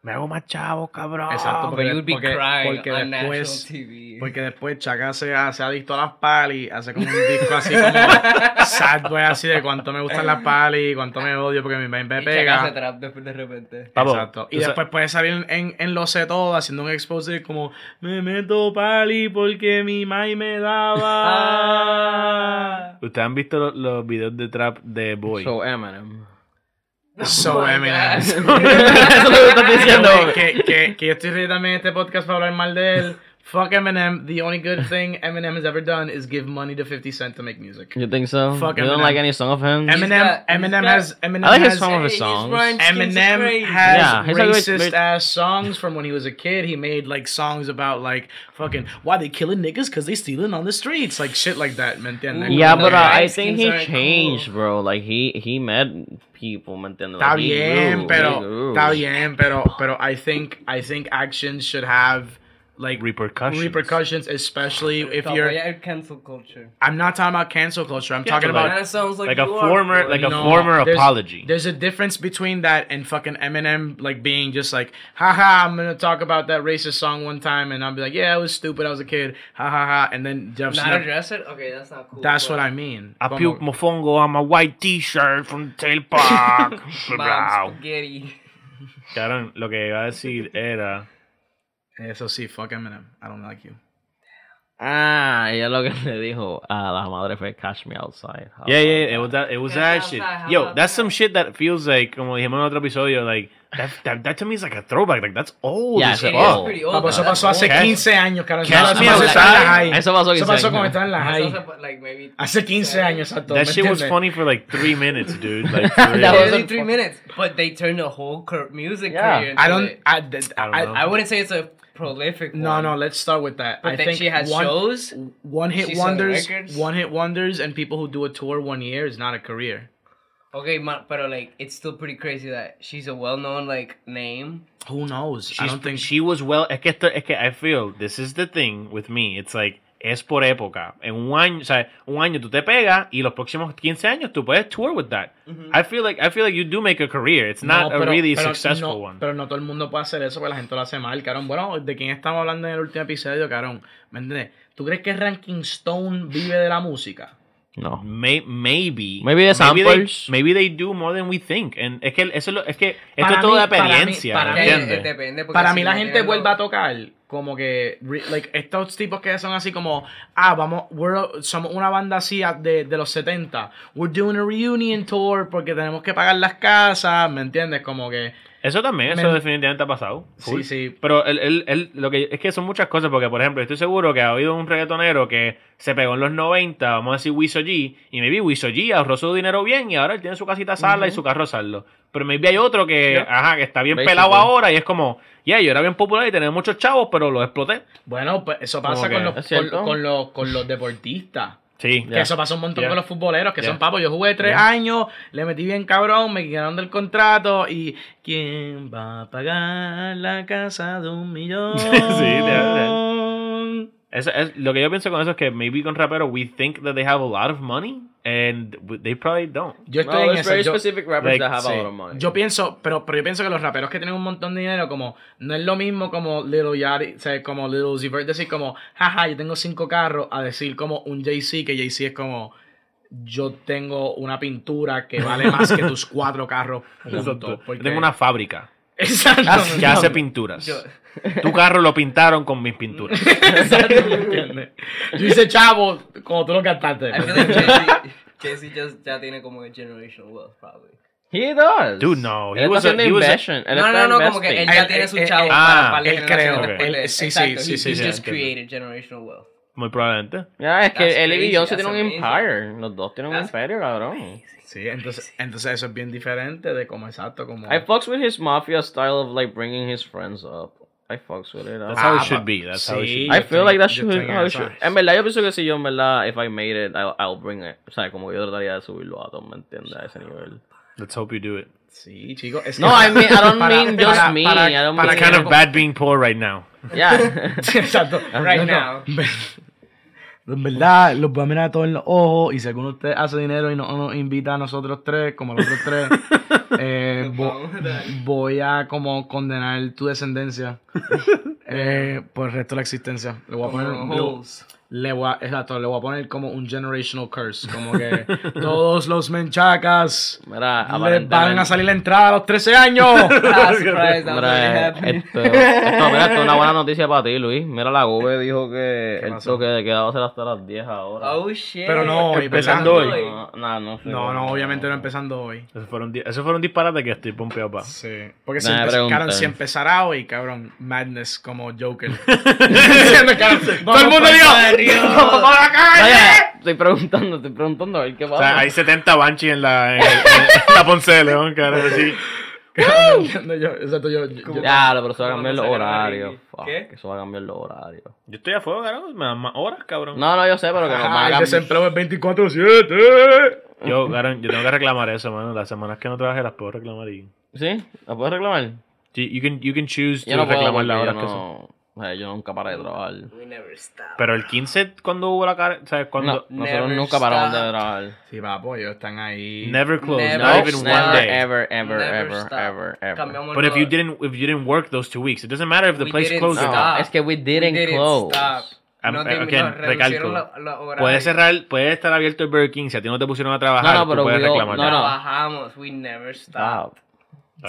Speaker 4: Me hago más chavo, cabrón.
Speaker 1: Exacto,
Speaker 4: Exacto.
Speaker 1: porque-
Speaker 3: But you would be
Speaker 1: porque-
Speaker 3: crying
Speaker 1: porque
Speaker 3: on national
Speaker 1: después-
Speaker 3: TV.
Speaker 1: Porque después Chaka se hace adicto a las palis, hace como un disco así como sad boy así de cuánto me gustan las palis, cuánto me odio porque mi mente
Speaker 3: Y
Speaker 1: me
Speaker 3: Chaka se
Speaker 1: pega.
Speaker 3: trap de, de repente.
Speaker 4: Papo,
Speaker 1: Exacto. Y
Speaker 4: tú sa-
Speaker 1: después puede salir en, en Lo Sé Todo haciendo un expose de como me meto pali porque mi mai me
Speaker 2: Ah,
Speaker 1: daba.
Speaker 4: Ustedes han visto lo- los, videos de trap de Boy.
Speaker 2: So Eminem.
Speaker 1: so
Speaker 3: Oh my
Speaker 1: Eminem.
Speaker 3: God.
Speaker 2: Eso es lo que estás diciendo.
Speaker 1: Anyway, que, que, que yo estoy riendo también en este podcast para hablar mal de él. Fuck Eminem. The only good thing Eminem has ever done is give money to 50 Cent to make music.
Speaker 2: You think so?
Speaker 1: Fuck
Speaker 2: you don't
Speaker 1: Eminem.
Speaker 2: like any song of him?
Speaker 1: Eminem,
Speaker 3: got- he's
Speaker 1: Eminem
Speaker 3: got-
Speaker 1: has. Eminem
Speaker 2: I like his
Speaker 1: has,
Speaker 2: song. Some of his
Speaker 3: Hey, he's
Speaker 2: songs.
Speaker 3: Ryan Skins is
Speaker 1: Eminem
Speaker 3: crazy.
Speaker 1: has
Speaker 2: Yeah, he's like-
Speaker 1: racist
Speaker 2: like-
Speaker 1: ass songs from when he was a kid. He made like songs about like fucking why they killing niggas because they stealing on the streets, like shit like that. ¿Me entiendes?
Speaker 3: Ooh,
Speaker 2: Yeah,
Speaker 3: Eminem
Speaker 2: but uh, I
Speaker 3: Ryan's
Speaker 2: think
Speaker 3: skins
Speaker 2: he
Speaker 3: aren't
Speaker 2: changed,
Speaker 3: cool.
Speaker 2: bro. Like he he met people, ¿me entiendes?
Speaker 1: Está
Speaker 2: Like, he
Speaker 1: bien,
Speaker 2: grew, he
Speaker 1: pero
Speaker 2: grew.
Speaker 1: está bien, pero pero I think I think actions should have like
Speaker 4: Repercussions.
Speaker 1: repercussions, especially if
Speaker 3: Don't
Speaker 1: you're.
Speaker 3: worry, I have cancel culture.
Speaker 1: I'm not talking about cancel culture. I'm
Speaker 4: Yeah,
Speaker 1: talking
Speaker 4: but
Speaker 1: about
Speaker 4: that
Speaker 3: sounds
Speaker 4: Like a former, like a
Speaker 1: No,
Speaker 4: former
Speaker 1: there's-
Speaker 4: apology.
Speaker 1: There's a difference between that and fucking Eminem like being just like, haha, I'm gonna talk about that racist song one time and I'll be like, yeah, I was stupid, I was a kid, ha ha ha, and then Jeff
Speaker 3: Not
Speaker 1: Snap.
Speaker 3: address it? Okay, that's not cool.
Speaker 1: That's
Speaker 3: but-
Speaker 1: what I mean.
Speaker 4: I
Speaker 1: Como-
Speaker 4: puke mofongo on my white t-shirt from the tail park. Blah,
Speaker 3: Mom's
Speaker 4: blah.
Speaker 3: spaghetti.
Speaker 4: Cabrón, lo que iba a decir era...
Speaker 1: Yeah, so see, fuck Eminem. I don't like you.
Speaker 2: Ah, ella lo que le dijo a la madre fue Catch Me Outside. How
Speaker 4: Yeah,
Speaker 2: about
Speaker 4: yeah, it was that, it was
Speaker 3: Yeah,
Speaker 4: that
Speaker 3: how's
Speaker 4: shit.
Speaker 3: that? How
Speaker 4: Yo,
Speaker 3: about
Speaker 4: that's some
Speaker 3: that?
Speaker 4: shit that feels like, como dijimos en otro episodio, like, that, that, that to me is like a throwback. Like, that's old
Speaker 2: Yeah,
Speaker 4: as
Speaker 2: it
Speaker 4: fuck.
Speaker 2: is Oh.
Speaker 3: pretty
Speaker 1: Papá, eso pasó hace
Speaker 4: Catch-
Speaker 1: 15 años, carajo. Eso
Speaker 4: Catch
Speaker 1: pasó
Speaker 4: me
Speaker 1: cuando estaba en la
Speaker 2: outside.
Speaker 1: high.
Speaker 2: Eso pasó
Speaker 1: Eso
Speaker 2: 15
Speaker 1: pasó cuando
Speaker 2: años.
Speaker 1: estaba en la
Speaker 3: That's
Speaker 1: high.
Speaker 3: also, but, like, maybe
Speaker 1: Hace 15 años, exacto.
Speaker 4: That
Speaker 1: ¿me
Speaker 4: shit was
Speaker 1: entiendes?
Speaker 4: funny for like three minutes, dude. Like, for real.
Speaker 2: That was-
Speaker 3: Barely
Speaker 2: a-
Speaker 3: three minutes, but they turned the whole cur- music
Speaker 2: Yeah.
Speaker 3: career. Into
Speaker 1: I don't.
Speaker 3: it.
Speaker 1: I, th-
Speaker 4: I don't
Speaker 1: I-
Speaker 4: know.
Speaker 3: I wouldn't say it's a prolific.
Speaker 1: No,
Speaker 3: one,
Speaker 1: no. Let's start with that.
Speaker 3: But
Speaker 1: I
Speaker 3: then
Speaker 1: think
Speaker 3: she has
Speaker 1: one,
Speaker 3: shows.
Speaker 1: one hit
Speaker 3: She's selling
Speaker 1: wonders,
Speaker 3: records.
Speaker 1: one hit wonders, and people who do a tour one year is not a career.
Speaker 3: Okay, ma- but like it's still pretty crazy that she's a well-known like name.
Speaker 1: Who knows? I
Speaker 4: She's-
Speaker 1: don't think
Speaker 4: she was well. Es que, esto- es que I feel this is the thing with me. It's like es por época. En un año, o sea, un año tú te pegas y los próximos 15 años tú puedes tour with that. I feel like I feel like you do make a career. It's not
Speaker 1: Mm-hmm. No,
Speaker 4: a really
Speaker 1: pero
Speaker 4: successful
Speaker 1: no,
Speaker 4: one.
Speaker 1: Pero no todo el mundo puede hacer eso porque la gente lo hace mal, carón. Bueno, ¿de quién estamos hablando en el último episodio, carón? ¿Me entiendes? ¿Tú crees que Ranking Stone vive de la música?
Speaker 2: No.
Speaker 4: May- maybe
Speaker 2: Maybe the
Speaker 4: they,
Speaker 2: samples.
Speaker 4: maybe they do more than we think. And es que eso es lo- es que esto
Speaker 1: Para
Speaker 4: es todo
Speaker 1: mí-
Speaker 4: de
Speaker 1: para mí-
Speaker 4: apariencia,
Speaker 1: para
Speaker 4: ¿me
Speaker 1: mí-
Speaker 4: entiendes?
Speaker 3: Eh, depende, porque
Speaker 1: Para
Speaker 3: si
Speaker 1: mí la
Speaker 3: no
Speaker 1: gente
Speaker 3: tienen
Speaker 1: vuelve a
Speaker 3: los-
Speaker 1: tocar como que re- like, estos tipos que son así como ah vamos we're- somos una banda así a- de, de los 70 we're doing a reunion tour porque tenemos que pagar las casas me entiendes como que
Speaker 4: Eso también, eso
Speaker 1: Men-
Speaker 4: definitivamente ha pasado.
Speaker 1: eh, Sí,
Speaker 4: Full.
Speaker 1: sí.
Speaker 4: Pero el, el- el- lo que, es que son muchas cosas, porque por ejemplo, estoy seguro que ha habido un reggaetonero que se pegó en los 90, vamos a decir Wiso G, y maybe Wiso G ahorró su dinero bien y ahora él tiene su casita sala y su carro saldo. Pero maybe hay otro que,
Speaker 2: Yeah.
Speaker 4: ajá, que está bien
Speaker 2: Basically.
Speaker 4: pelado ahora y es como, yeah, yo era bien popular y tenía muchos chavos, pero lo exploté.
Speaker 1: bueno pues eso pasa
Speaker 4: que
Speaker 1: con los,
Speaker 2: es
Speaker 1: con,
Speaker 2: cierto.
Speaker 1: con los con los deportistas
Speaker 4: Sí.
Speaker 1: Que
Speaker 2: Yeah.
Speaker 1: eso pasa un montón
Speaker 4: Yeah.
Speaker 1: con los futboleros, que
Speaker 4: Yeah.
Speaker 1: son papos. Yo jugué tres
Speaker 4: Yeah.
Speaker 1: años, le metí bien cabrón, me quitaron del contrato y. ¿Quién va a pagar la casa de un millón?
Speaker 4: Sí, de Eso es, lo que yo pienso con eso es que maybe con raperos we think that they have a lot of money and they probably don't.
Speaker 1: Yo
Speaker 2: No,
Speaker 1: estoy en
Speaker 2: there's
Speaker 1: esa.
Speaker 2: very
Speaker 1: Yo,
Speaker 2: specific rappers
Speaker 4: like,
Speaker 2: that have
Speaker 4: sí.
Speaker 2: a lot of money.
Speaker 1: yo pienso, pero, pero yo pienso que los raperos que tienen un montón de dinero, como, no es lo mismo como Little Yachty, o sea, como Little Uzi Vert, decir como, jaja, yo tengo cinco carros, a decir como un Jay-Z, que Jay-Z es como. Yo tengo una pintura que vale más que tus cuatro carros juntos.
Speaker 4: Exacto. Yo
Speaker 1: porque- Ah,
Speaker 4: Tengo una fábrica
Speaker 1: Exacto.
Speaker 4: que hace pinturas.
Speaker 3: Yo-
Speaker 4: Tu carro lo pintaron con mis pinturas.
Speaker 1: Exacto, ¿me entiendes? Yo hice chavo como tú lo cantaste.
Speaker 3: I feel like Jay-Z, Jay-Z just ya tiene como que generational wealth probably.
Speaker 2: He does.
Speaker 4: Dude, no, he
Speaker 2: Él
Speaker 4: was a-
Speaker 2: está haciendo
Speaker 4: he was a-
Speaker 2: inversión. Él
Speaker 3: No,
Speaker 2: está
Speaker 3: no, no, como que él
Speaker 2: investing.
Speaker 3: ya
Speaker 1: Él-
Speaker 3: tiene
Speaker 1: él-
Speaker 3: su
Speaker 1: él-
Speaker 3: chavo
Speaker 4: ah,
Speaker 3: para, para la
Speaker 1: él
Speaker 3: generación
Speaker 1: creo,
Speaker 3: después
Speaker 1: él-
Speaker 3: de-
Speaker 1: sí, sí,
Speaker 3: exacto,
Speaker 1: sí,
Speaker 3: he-
Speaker 1: sí,
Speaker 3: he
Speaker 4: sí,
Speaker 3: just
Speaker 4: entiendo.
Speaker 3: created generational wealth.
Speaker 4: Muy probablemente.
Speaker 2: Ya, es
Speaker 3: That's
Speaker 2: que él y
Speaker 3: crazy,
Speaker 2: Beyoncé
Speaker 3: that's
Speaker 2: tienen un
Speaker 3: amazing.
Speaker 2: empire. Los dos tienen un
Speaker 3: That's
Speaker 2: imperio, cabrón.
Speaker 1: Sí, entonces, entonces eso es bien diferente de como exacto, como...
Speaker 2: I fucks with his mafia style of like bringing his friends up. I fucks with it. I
Speaker 4: That's
Speaker 2: don't-
Speaker 4: how it
Speaker 1: Ah,
Speaker 4: should
Speaker 1: but-
Speaker 4: be. That's how it
Speaker 1: sí.
Speaker 4: should
Speaker 1: yo
Speaker 2: I feel like that
Speaker 1: estoy-
Speaker 2: should,
Speaker 1: yo estoy en
Speaker 2: how it
Speaker 1: esa.
Speaker 2: should. En verdad, yo pienso que si yo en verdad, if I made it, I'll, I'll bring it. O sea, como que yo trataría de subirlo a todos, ¿me entiendes? A ese nivel.
Speaker 4: Let's hope you do it.
Speaker 1: Sí, chicos. es que
Speaker 2: No,
Speaker 1: para-
Speaker 2: I mean- I don't
Speaker 1: para-
Speaker 2: mean just
Speaker 1: para-
Speaker 2: me,
Speaker 1: para-
Speaker 2: I don't
Speaker 1: para
Speaker 2: mean-
Speaker 4: It's
Speaker 1: que-
Speaker 4: kind of bad being poor right now.
Speaker 2: Yeah.
Speaker 1: Exacto.
Speaker 3: Right now.
Speaker 1: En verdad, los voy a mirar a todos en los ojos y si alguno de ustedes hace dinero y no nos invita a nosotros tres, como a los otros tres, eh, eh, vo- voy a como condenar tu descendencia eh, por el resto de la existencia. Le voy a poner, le,
Speaker 3: Holes.
Speaker 1: le voy a, exacto, le voy a poner como un generational curse. Como que todos los menchacas
Speaker 2: Mira,
Speaker 1: les van a
Speaker 2: aparentemente-
Speaker 1: salir la entrada a los 13 años.
Speaker 3: Ah, surprise, that might
Speaker 2: Mira, eh,
Speaker 3: happen.
Speaker 2: esto, esto, mira, esto es una buena noticia para ti, Luis. Mira, la GOBE dijo que
Speaker 1: ¿Qué
Speaker 2: el
Speaker 1: pasó?
Speaker 2: toque de queda va a ser hasta las 10 ahora.
Speaker 3: Oh shit.
Speaker 1: Pero no hoy,
Speaker 4: Empezando
Speaker 1: ¿verdad?
Speaker 3: hoy.
Speaker 2: No, no, no, sé.
Speaker 1: No, no, obviamente no empezando hoy.
Speaker 4: Eso fueron, di- eso fueron disparates que estoy pompeado para.
Speaker 1: Sí. Porque si,
Speaker 2: Nada,
Speaker 1: empe-
Speaker 2: pregunta.
Speaker 1: cabrón, si empezara hoy, cabrón, Madness como Joker. Diciendo, cabrón, Todo el mundo diga, ¡Vamos para la
Speaker 2: Oye,
Speaker 1: calle!
Speaker 2: estoy preguntando, estoy preguntando a ver qué
Speaker 4: O sea,
Speaker 2: pasa.
Speaker 4: hay 70 Banshee en la, en, en la Ponce de León, cabrón. así.
Speaker 1: No, yo, exacto, yo, yo- yo-
Speaker 2: Ya, lo, pero eso va a
Speaker 3: ¿Cómo
Speaker 2: cambiar los
Speaker 3: sacaron a Ricky?
Speaker 2: horarios. Fuck,
Speaker 3: ¿Qué?
Speaker 2: Eso va a cambiar los horarios.
Speaker 4: Yo estoy a fuego, cabrón. Me dan más horas, cabrón.
Speaker 2: No, no, yo sé, pero que nos
Speaker 1: Ajá,
Speaker 2: van a
Speaker 1: el
Speaker 2: cambiar.
Speaker 1: desempleo es 24-7.
Speaker 4: Yo, cabrón, yo tengo que reclamar eso, mano. Las semanas que no trabajé las puedo reclamar y.
Speaker 2: ¿Sí? ¿La puedes reclamar?
Speaker 4: Sí, You can, you can choose
Speaker 2: Yo
Speaker 4: to
Speaker 2: no puedo
Speaker 4: reclamar
Speaker 2: porque
Speaker 4: las
Speaker 2: yo
Speaker 4: horas que son.
Speaker 2: no... eh, Yo nunca paré de trabajar.
Speaker 3: We never stop.
Speaker 4: Pero el 15, cuando hubo la cara, ¿sabes?
Speaker 2: No,
Speaker 4: Cuando.
Speaker 2: nosotros
Speaker 3: Never
Speaker 2: nunca paramos de
Speaker 3: stop.
Speaker 2: trabajar.
Speaker 1: Sí, papo, ellos están ahí.
Speaker 4: Never closed,
Speaker 3: Never
Speaker 4: not even
Speaker 3: stop.
Speaker 4: one day.
Speaker 2: Ever, ever,
Speaker 3: Never
Speaker 2: ever,
Speaker 3: stop.
Speaker 2: ever, ever.
Speaker 3: Cambiamos
Speaker 4: But if
Speaker 3: lo-
Speaker 4: you didn't, if you didn't work those two weeks, it doesn't matter if the
Speaker 3: We
Speaker 4: place
Speaker 3: didn't
Speaker 4: closed or
Speaker 2: No,
Speaker 4: not.
Speaker 3: stop.
Speaker 2: es que we didn't,
Speaker 3: didn't
Speaker 2: close.
Speaker 3: stop.
Speaker 4: I'm-
Speaker 3: No,
Speaker 4: I-
Speaker 3: no,
Speaker 4: again,
Speaker 3: reducieron
Speaker 4: recalco.
Speaker 3: lo- los horarios.
Speaker 4: Puedes cerrar, puede estar abierto el Burger King. Si a ti no te pusieron a trabajar,
Speaker 2: No, no,
Speaker 4: tú
Speaker 2: pero
Speaker 4: puedes
Speaker 2: we all-
Speaker 4: reclamar.
Speaker 2: no, no.
Speaker 3: Trabajamos. We never stop.
Speaker 2: Stop.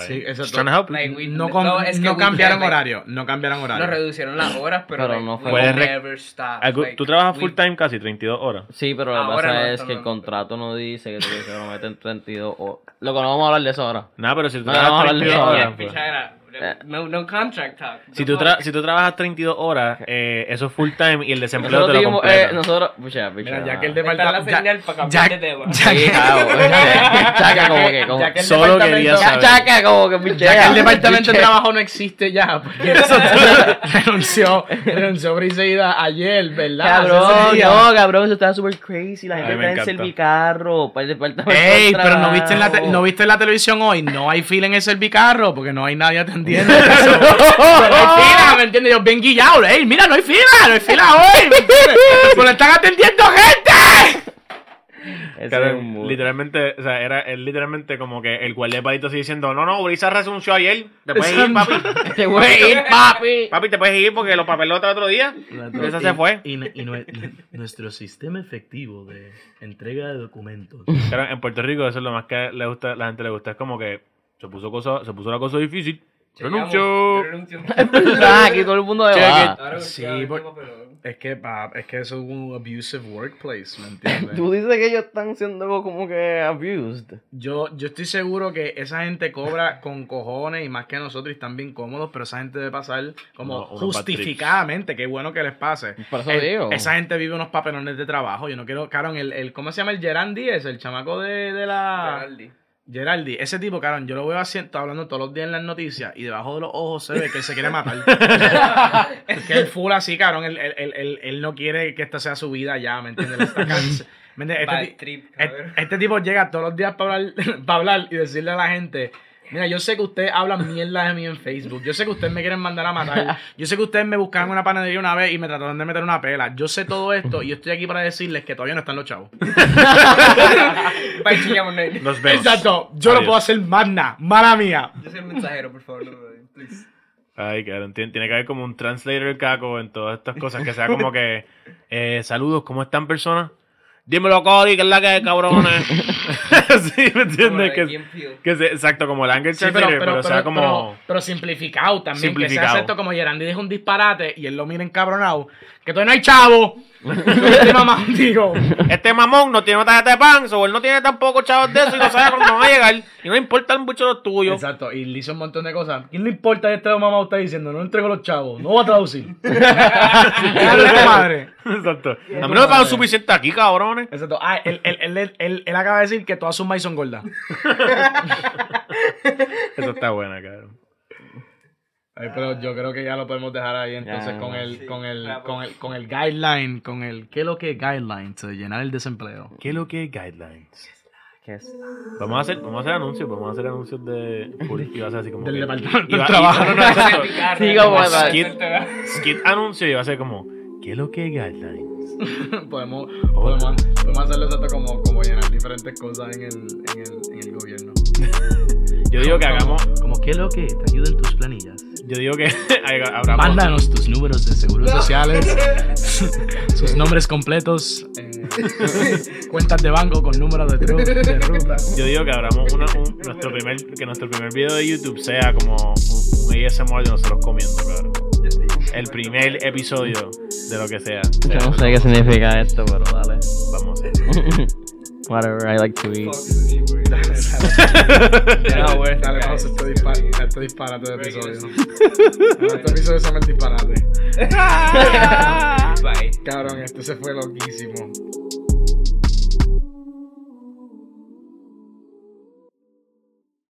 Speaker 1: Sí,
Speaker 4: Just
Speaker 1: exacto.
Speaker 4: trying to help you.
Speaker 3: Like, we-
Speaker 1: No, com-
Speaker 3: es que
Speaker 1: no
Speaker 3: we
Speaker 1: cambiaron
Speaker 3: never-
Speaker 1: horario. No cambiaron
Speaker 3: Nos
Speaker 1: horario.
Speaker 3: reducieron las horas, pero,
Speaker 2: Pero
Speaker 3: like,
Speaker 2: no
Speaker 3: we
Speaker 2: fue-
Speaker 4: Puedes Ah, rec-
Speaker 3: never stop.
Speaker 4: Algo-
Speaker 3: Like,
Speaker 4: tú trabajas
Speaker 3: we-
Speaker 4: full time casi, 32 horas.
Speaker 2: Sí, pero
Speaker 1: Ah,
Speaker 2: lo que
Speaker 3: Ahora
Speaker 2: pasa
Speaker 3: no
Speaker 2: es
Speaker 3: están
Speaker 2: que el
Speaker 3: dando-
Speaker 2: contrato no dice que te- se lo meten 32 horas. Loco, no vamos a hablar de eso ahora.
Speaker 4: Nada, pero si tú
Speaker 2: No, no, Eh.
Speaker 4: trabajas
Speaker 2: hablar de
Speaker 4: 32
Speaker 2: eso
Speaker 4: horas.
Speaker 2: ahora.
Speaker 3: Yeah,
Speaker 4: pues.
Speaker 3: pichara. No, no contract talk.
Speaker 4: Si tú, tra- si tú trabajas 32 horas, eh, eso es full time y el desempleo
Speaker 2: Nosotros
Speaker 4: te lo
Speaker 2: dijimos,
Speaker 4: completa.
Speaker 2: eh, nosotros. Pucha, ah. pucha.
Speaker 1: Mira, ya que el
Speaker 3: Está la
Speaker 1: departamento.
Speaker 3: señal para cambiar de tema.
Speaker 2: Sí, claro, este, Chaca, como que. Como,
Speaker 1: ya que el
Speaker 4: Solo
Speaker 1: departamento-
Speaker 4: quería
Speaker 1: ya-
Speaker 4: saber.
Speaker 2: chaca, como que. Pucha,
Speaker 1: Ya que el departamento de trabajo no existe ya, porque eso renunció, renunció Briseida ayer, ¿verdad? Hace
Speaker 2: Cabrón,
Speaker 1: ese día.
Speaker 2: no, cabrón, eso está súper crazy. La gente
Speaker 4: Ay,
Speaker 2: está
Speaker 4: me
Speaker 2: en
Speaker 4: encanta.
Speaker 2: servicarro para el departamento.
Speaker 1: Ey,
Speaker 2: de
Speaker 1: pero Pues no viste, en la te-
Speaker 2: trabajo.
Speaker 1: no viste en la televisión hoy, no hay fila en el servicarro porque no hay nadie atendiendo. Pero no hay fila, ¿me entiendes? Yo bien guillado, ey, mira, no hay fila, no hay fila hoy, ¿me entiendes? Pero están atendiendo gente.
Speaker 2: Ese
Speaker 4: Cara,
Speaker 2: es un-
Speaker 4: literalmente, o sea, era es literalmente como que el guardia de palito así diciendo, no, no, Brisa renunció ayer, te puedes ir, papi.
Speaker 2: Te voy a ir, papi.
Speaker 4: Papi, te puedes ir porque los papeles otro otro día. Brisa se fue.
Speaker 5: Y, y nue- nuestro sistema efectivo de entrega de documentos.
Speaker 4: Claro, en Puerto Rico eso es lo más que le gusta, la gente le gusta, es como que se puso cosa, se puso la cosa difícil. Renunció.
Speaker 3: Renunció.
Speaker 2: Ah, aquí todo el mundo de va.
Speaker 3: Ahora
Speaker 1: Sí,
Speaker 3: buscaba
Speaker 1: por-
Speaker 3: el tema, pero-
Speaker 1: Es que, pap, es que eso es un abusive workplace, ¿me entiendes?
Speaker 2: Tú dices que ellos están siendo como que abused.
Speaker 1: Yo, yo estoy seguro que esa gente cobra con cojones y más que nosotros y están bien cómodos, pero esa gente debe pasar como
Speaker 4: Uno- unos bad
Speaker 1: justificadamente. Qué bueno que les pase.
Speaker 2: Por eso
Speaker 1: El-
Speaker 2: digo.
Speaker 1: esa gente vive unos papelones de trabajo. Yo no quiero, cabrón, el, el ¿cómo se llama el Gerard Díez? El chamaco de, de
Speaker 4: Ah.
Speaker 1: la...
Speaker 3: Geraldi.
Speaker 1: Geraldi. Ese tipo, cabrón, yo lo veo haciendo, hablando todos los días en las noticias y debajo de los ojos se ve que él se quiere matar. que el full así, cabrón, él, él- él- él- él no quiere que esta sea su vida ya, ¿me entiendes? Él está cansa- ¿Me entiendes? Este
Speaker 3: Bad
Speaker 1: ti-
Speaker 3: trip,
Speaker 4: eh,
Speaker 1: este,
Speaker 3: cabrón.
Speaker 1: este tipo llega todos los días para hablar, para hablar y decirle a la gente, mira, yo sé que ustedes hablan mierda de mí en Facebook, yo sé que ustedes me quieren mandar a matar, yo sé que ustedes me buscaron en una panadería una vez y me trataron de meter una pela, yo sé todo esto y yo estoy aquí para decirles que todavía no están los chavos.
Speaker 3: Bye, chillamos, nene.
Speaker 4: Nos vemos.
Speaker 1: Exacto, yo no
Speaker 4: Adiós.
Speaker 1: puedo hacer más nada, mala mía.
Speaker 3: Yo soy el mensajero, por favor, no me odien, please.
Speaker 4: Ay, claro, tiene, tiene que haber como un translator caco en todas estas cosas, que sea como que, eh, saludos, ¿cómo están personas? Dímelo, Cody, que es la que hay, cabrones. sí, ¿me
Speaker 3: Como la
Speaker 4: entiendes?
Speaker 3: de
Speaker 4: Que,
Speaker 3: Key and Peele.
Speaker 4: que sea- exacto, como el Anger Translator, pero, sea como...
Speaker 1: pero- pero simplificado también. Que
Speaker 4: Simplificado.
Speaker 1: sea esto como Gerandi dijo un disparate y él lo mira encabronado. Que todavía no hay chavo. Yo mamá digo.
Speaker 4: Este mamón no tiene tarjeta de este pan, o él no tiene tampoco chavos de eso y no sabe cuándo va a llegar. Y no importan mucho los tuyos.
Speaker 1: Exacto, y le hizo un montón de cosas. ¿Quién le importa este mamá está diciendo? No entrego los chavos, no voy a traducir. Dale tu madre.
Speaker 4: Exacto. A mí no me pagan suficiente aquí, cabrones.
Speaker 1: Exacto. Ah, él, él, él, él, él- él acaba de decir que todas sus maíz son gordas.
Speaker 4: Eso está buena, cabrón.
Speaker 1: Ay, pero yo creo que ya lo podemos dejar ahí entonces
Speaker 2: Ya,
Speaker 1: con, el,
Speaker 3: sí,
Speaker 1: con, el,
Speaker 3: ya, pues.
Speaker 1: con, el, con el guideline, con el ¿qué es lo que es guideline? To llenar el desempleo.
Speaker 4: ¿Qué es lo que es Guidelines?
Speaker 2: ¿Qué es?
Speaker 4: Vamos a hacer, vamos a hacer anuncios, vamos a hacer anuncios de... Y vas a así como...
Speaker 1: Del
Speaker 4: que-
Speaker 1: departamento
Speaker 4: y
Speaker 1: del
Speaker 4: va- y-
Speaker 1: trabajo.
Speaker 4: no, no, no, exacto.
Speaker 2: Siga,
Speaker 3: Como
Speaker 2: bye,
Speaker 4: bye.
Speaker 3: suelta.
Speaker 4: Skit anuncio y va a ser como... ¿Qué es lo que es Guidelines?
Speaker 1: podemos, podemos, podemos hacerlo exacto como, como llenar diferentes cosas en el, en el, en el gobierno.
Speaker 4: Yo digo digo que hagamos.
Speaker 5: Como que lo que te ayuden tus planillas.
Speaker 4: Yo digo que haga- abramos.
Speaker 1: Mándanos tus números de seguros sociales, sus nombres completos, eh, cuentas de banco con números de, tru- de ruta.
Speaker 4: Yo digo que abramos una, un- nuestro primer, que nuestro primer video de YouTube sea como un, un ASMR de nosotros comiendo, cabrón. El primer episodio de lo que sea.
Speaker 2: Yo no sé qué significa esto, pero dale.
Speaker 4: Vamos a
Speaker 2: Whatever I like to eat.
Speaker 1: Dale,
Speaker 2: Ah,
Speaker 4: hacer.
Speaker 1: güey, dale, vamos a este dispar- este disparate de episodio. Este episodio se llama el disparate.
Speaker 3: Bye.
Speaker 1: Cabrón, este se fue loquísimo.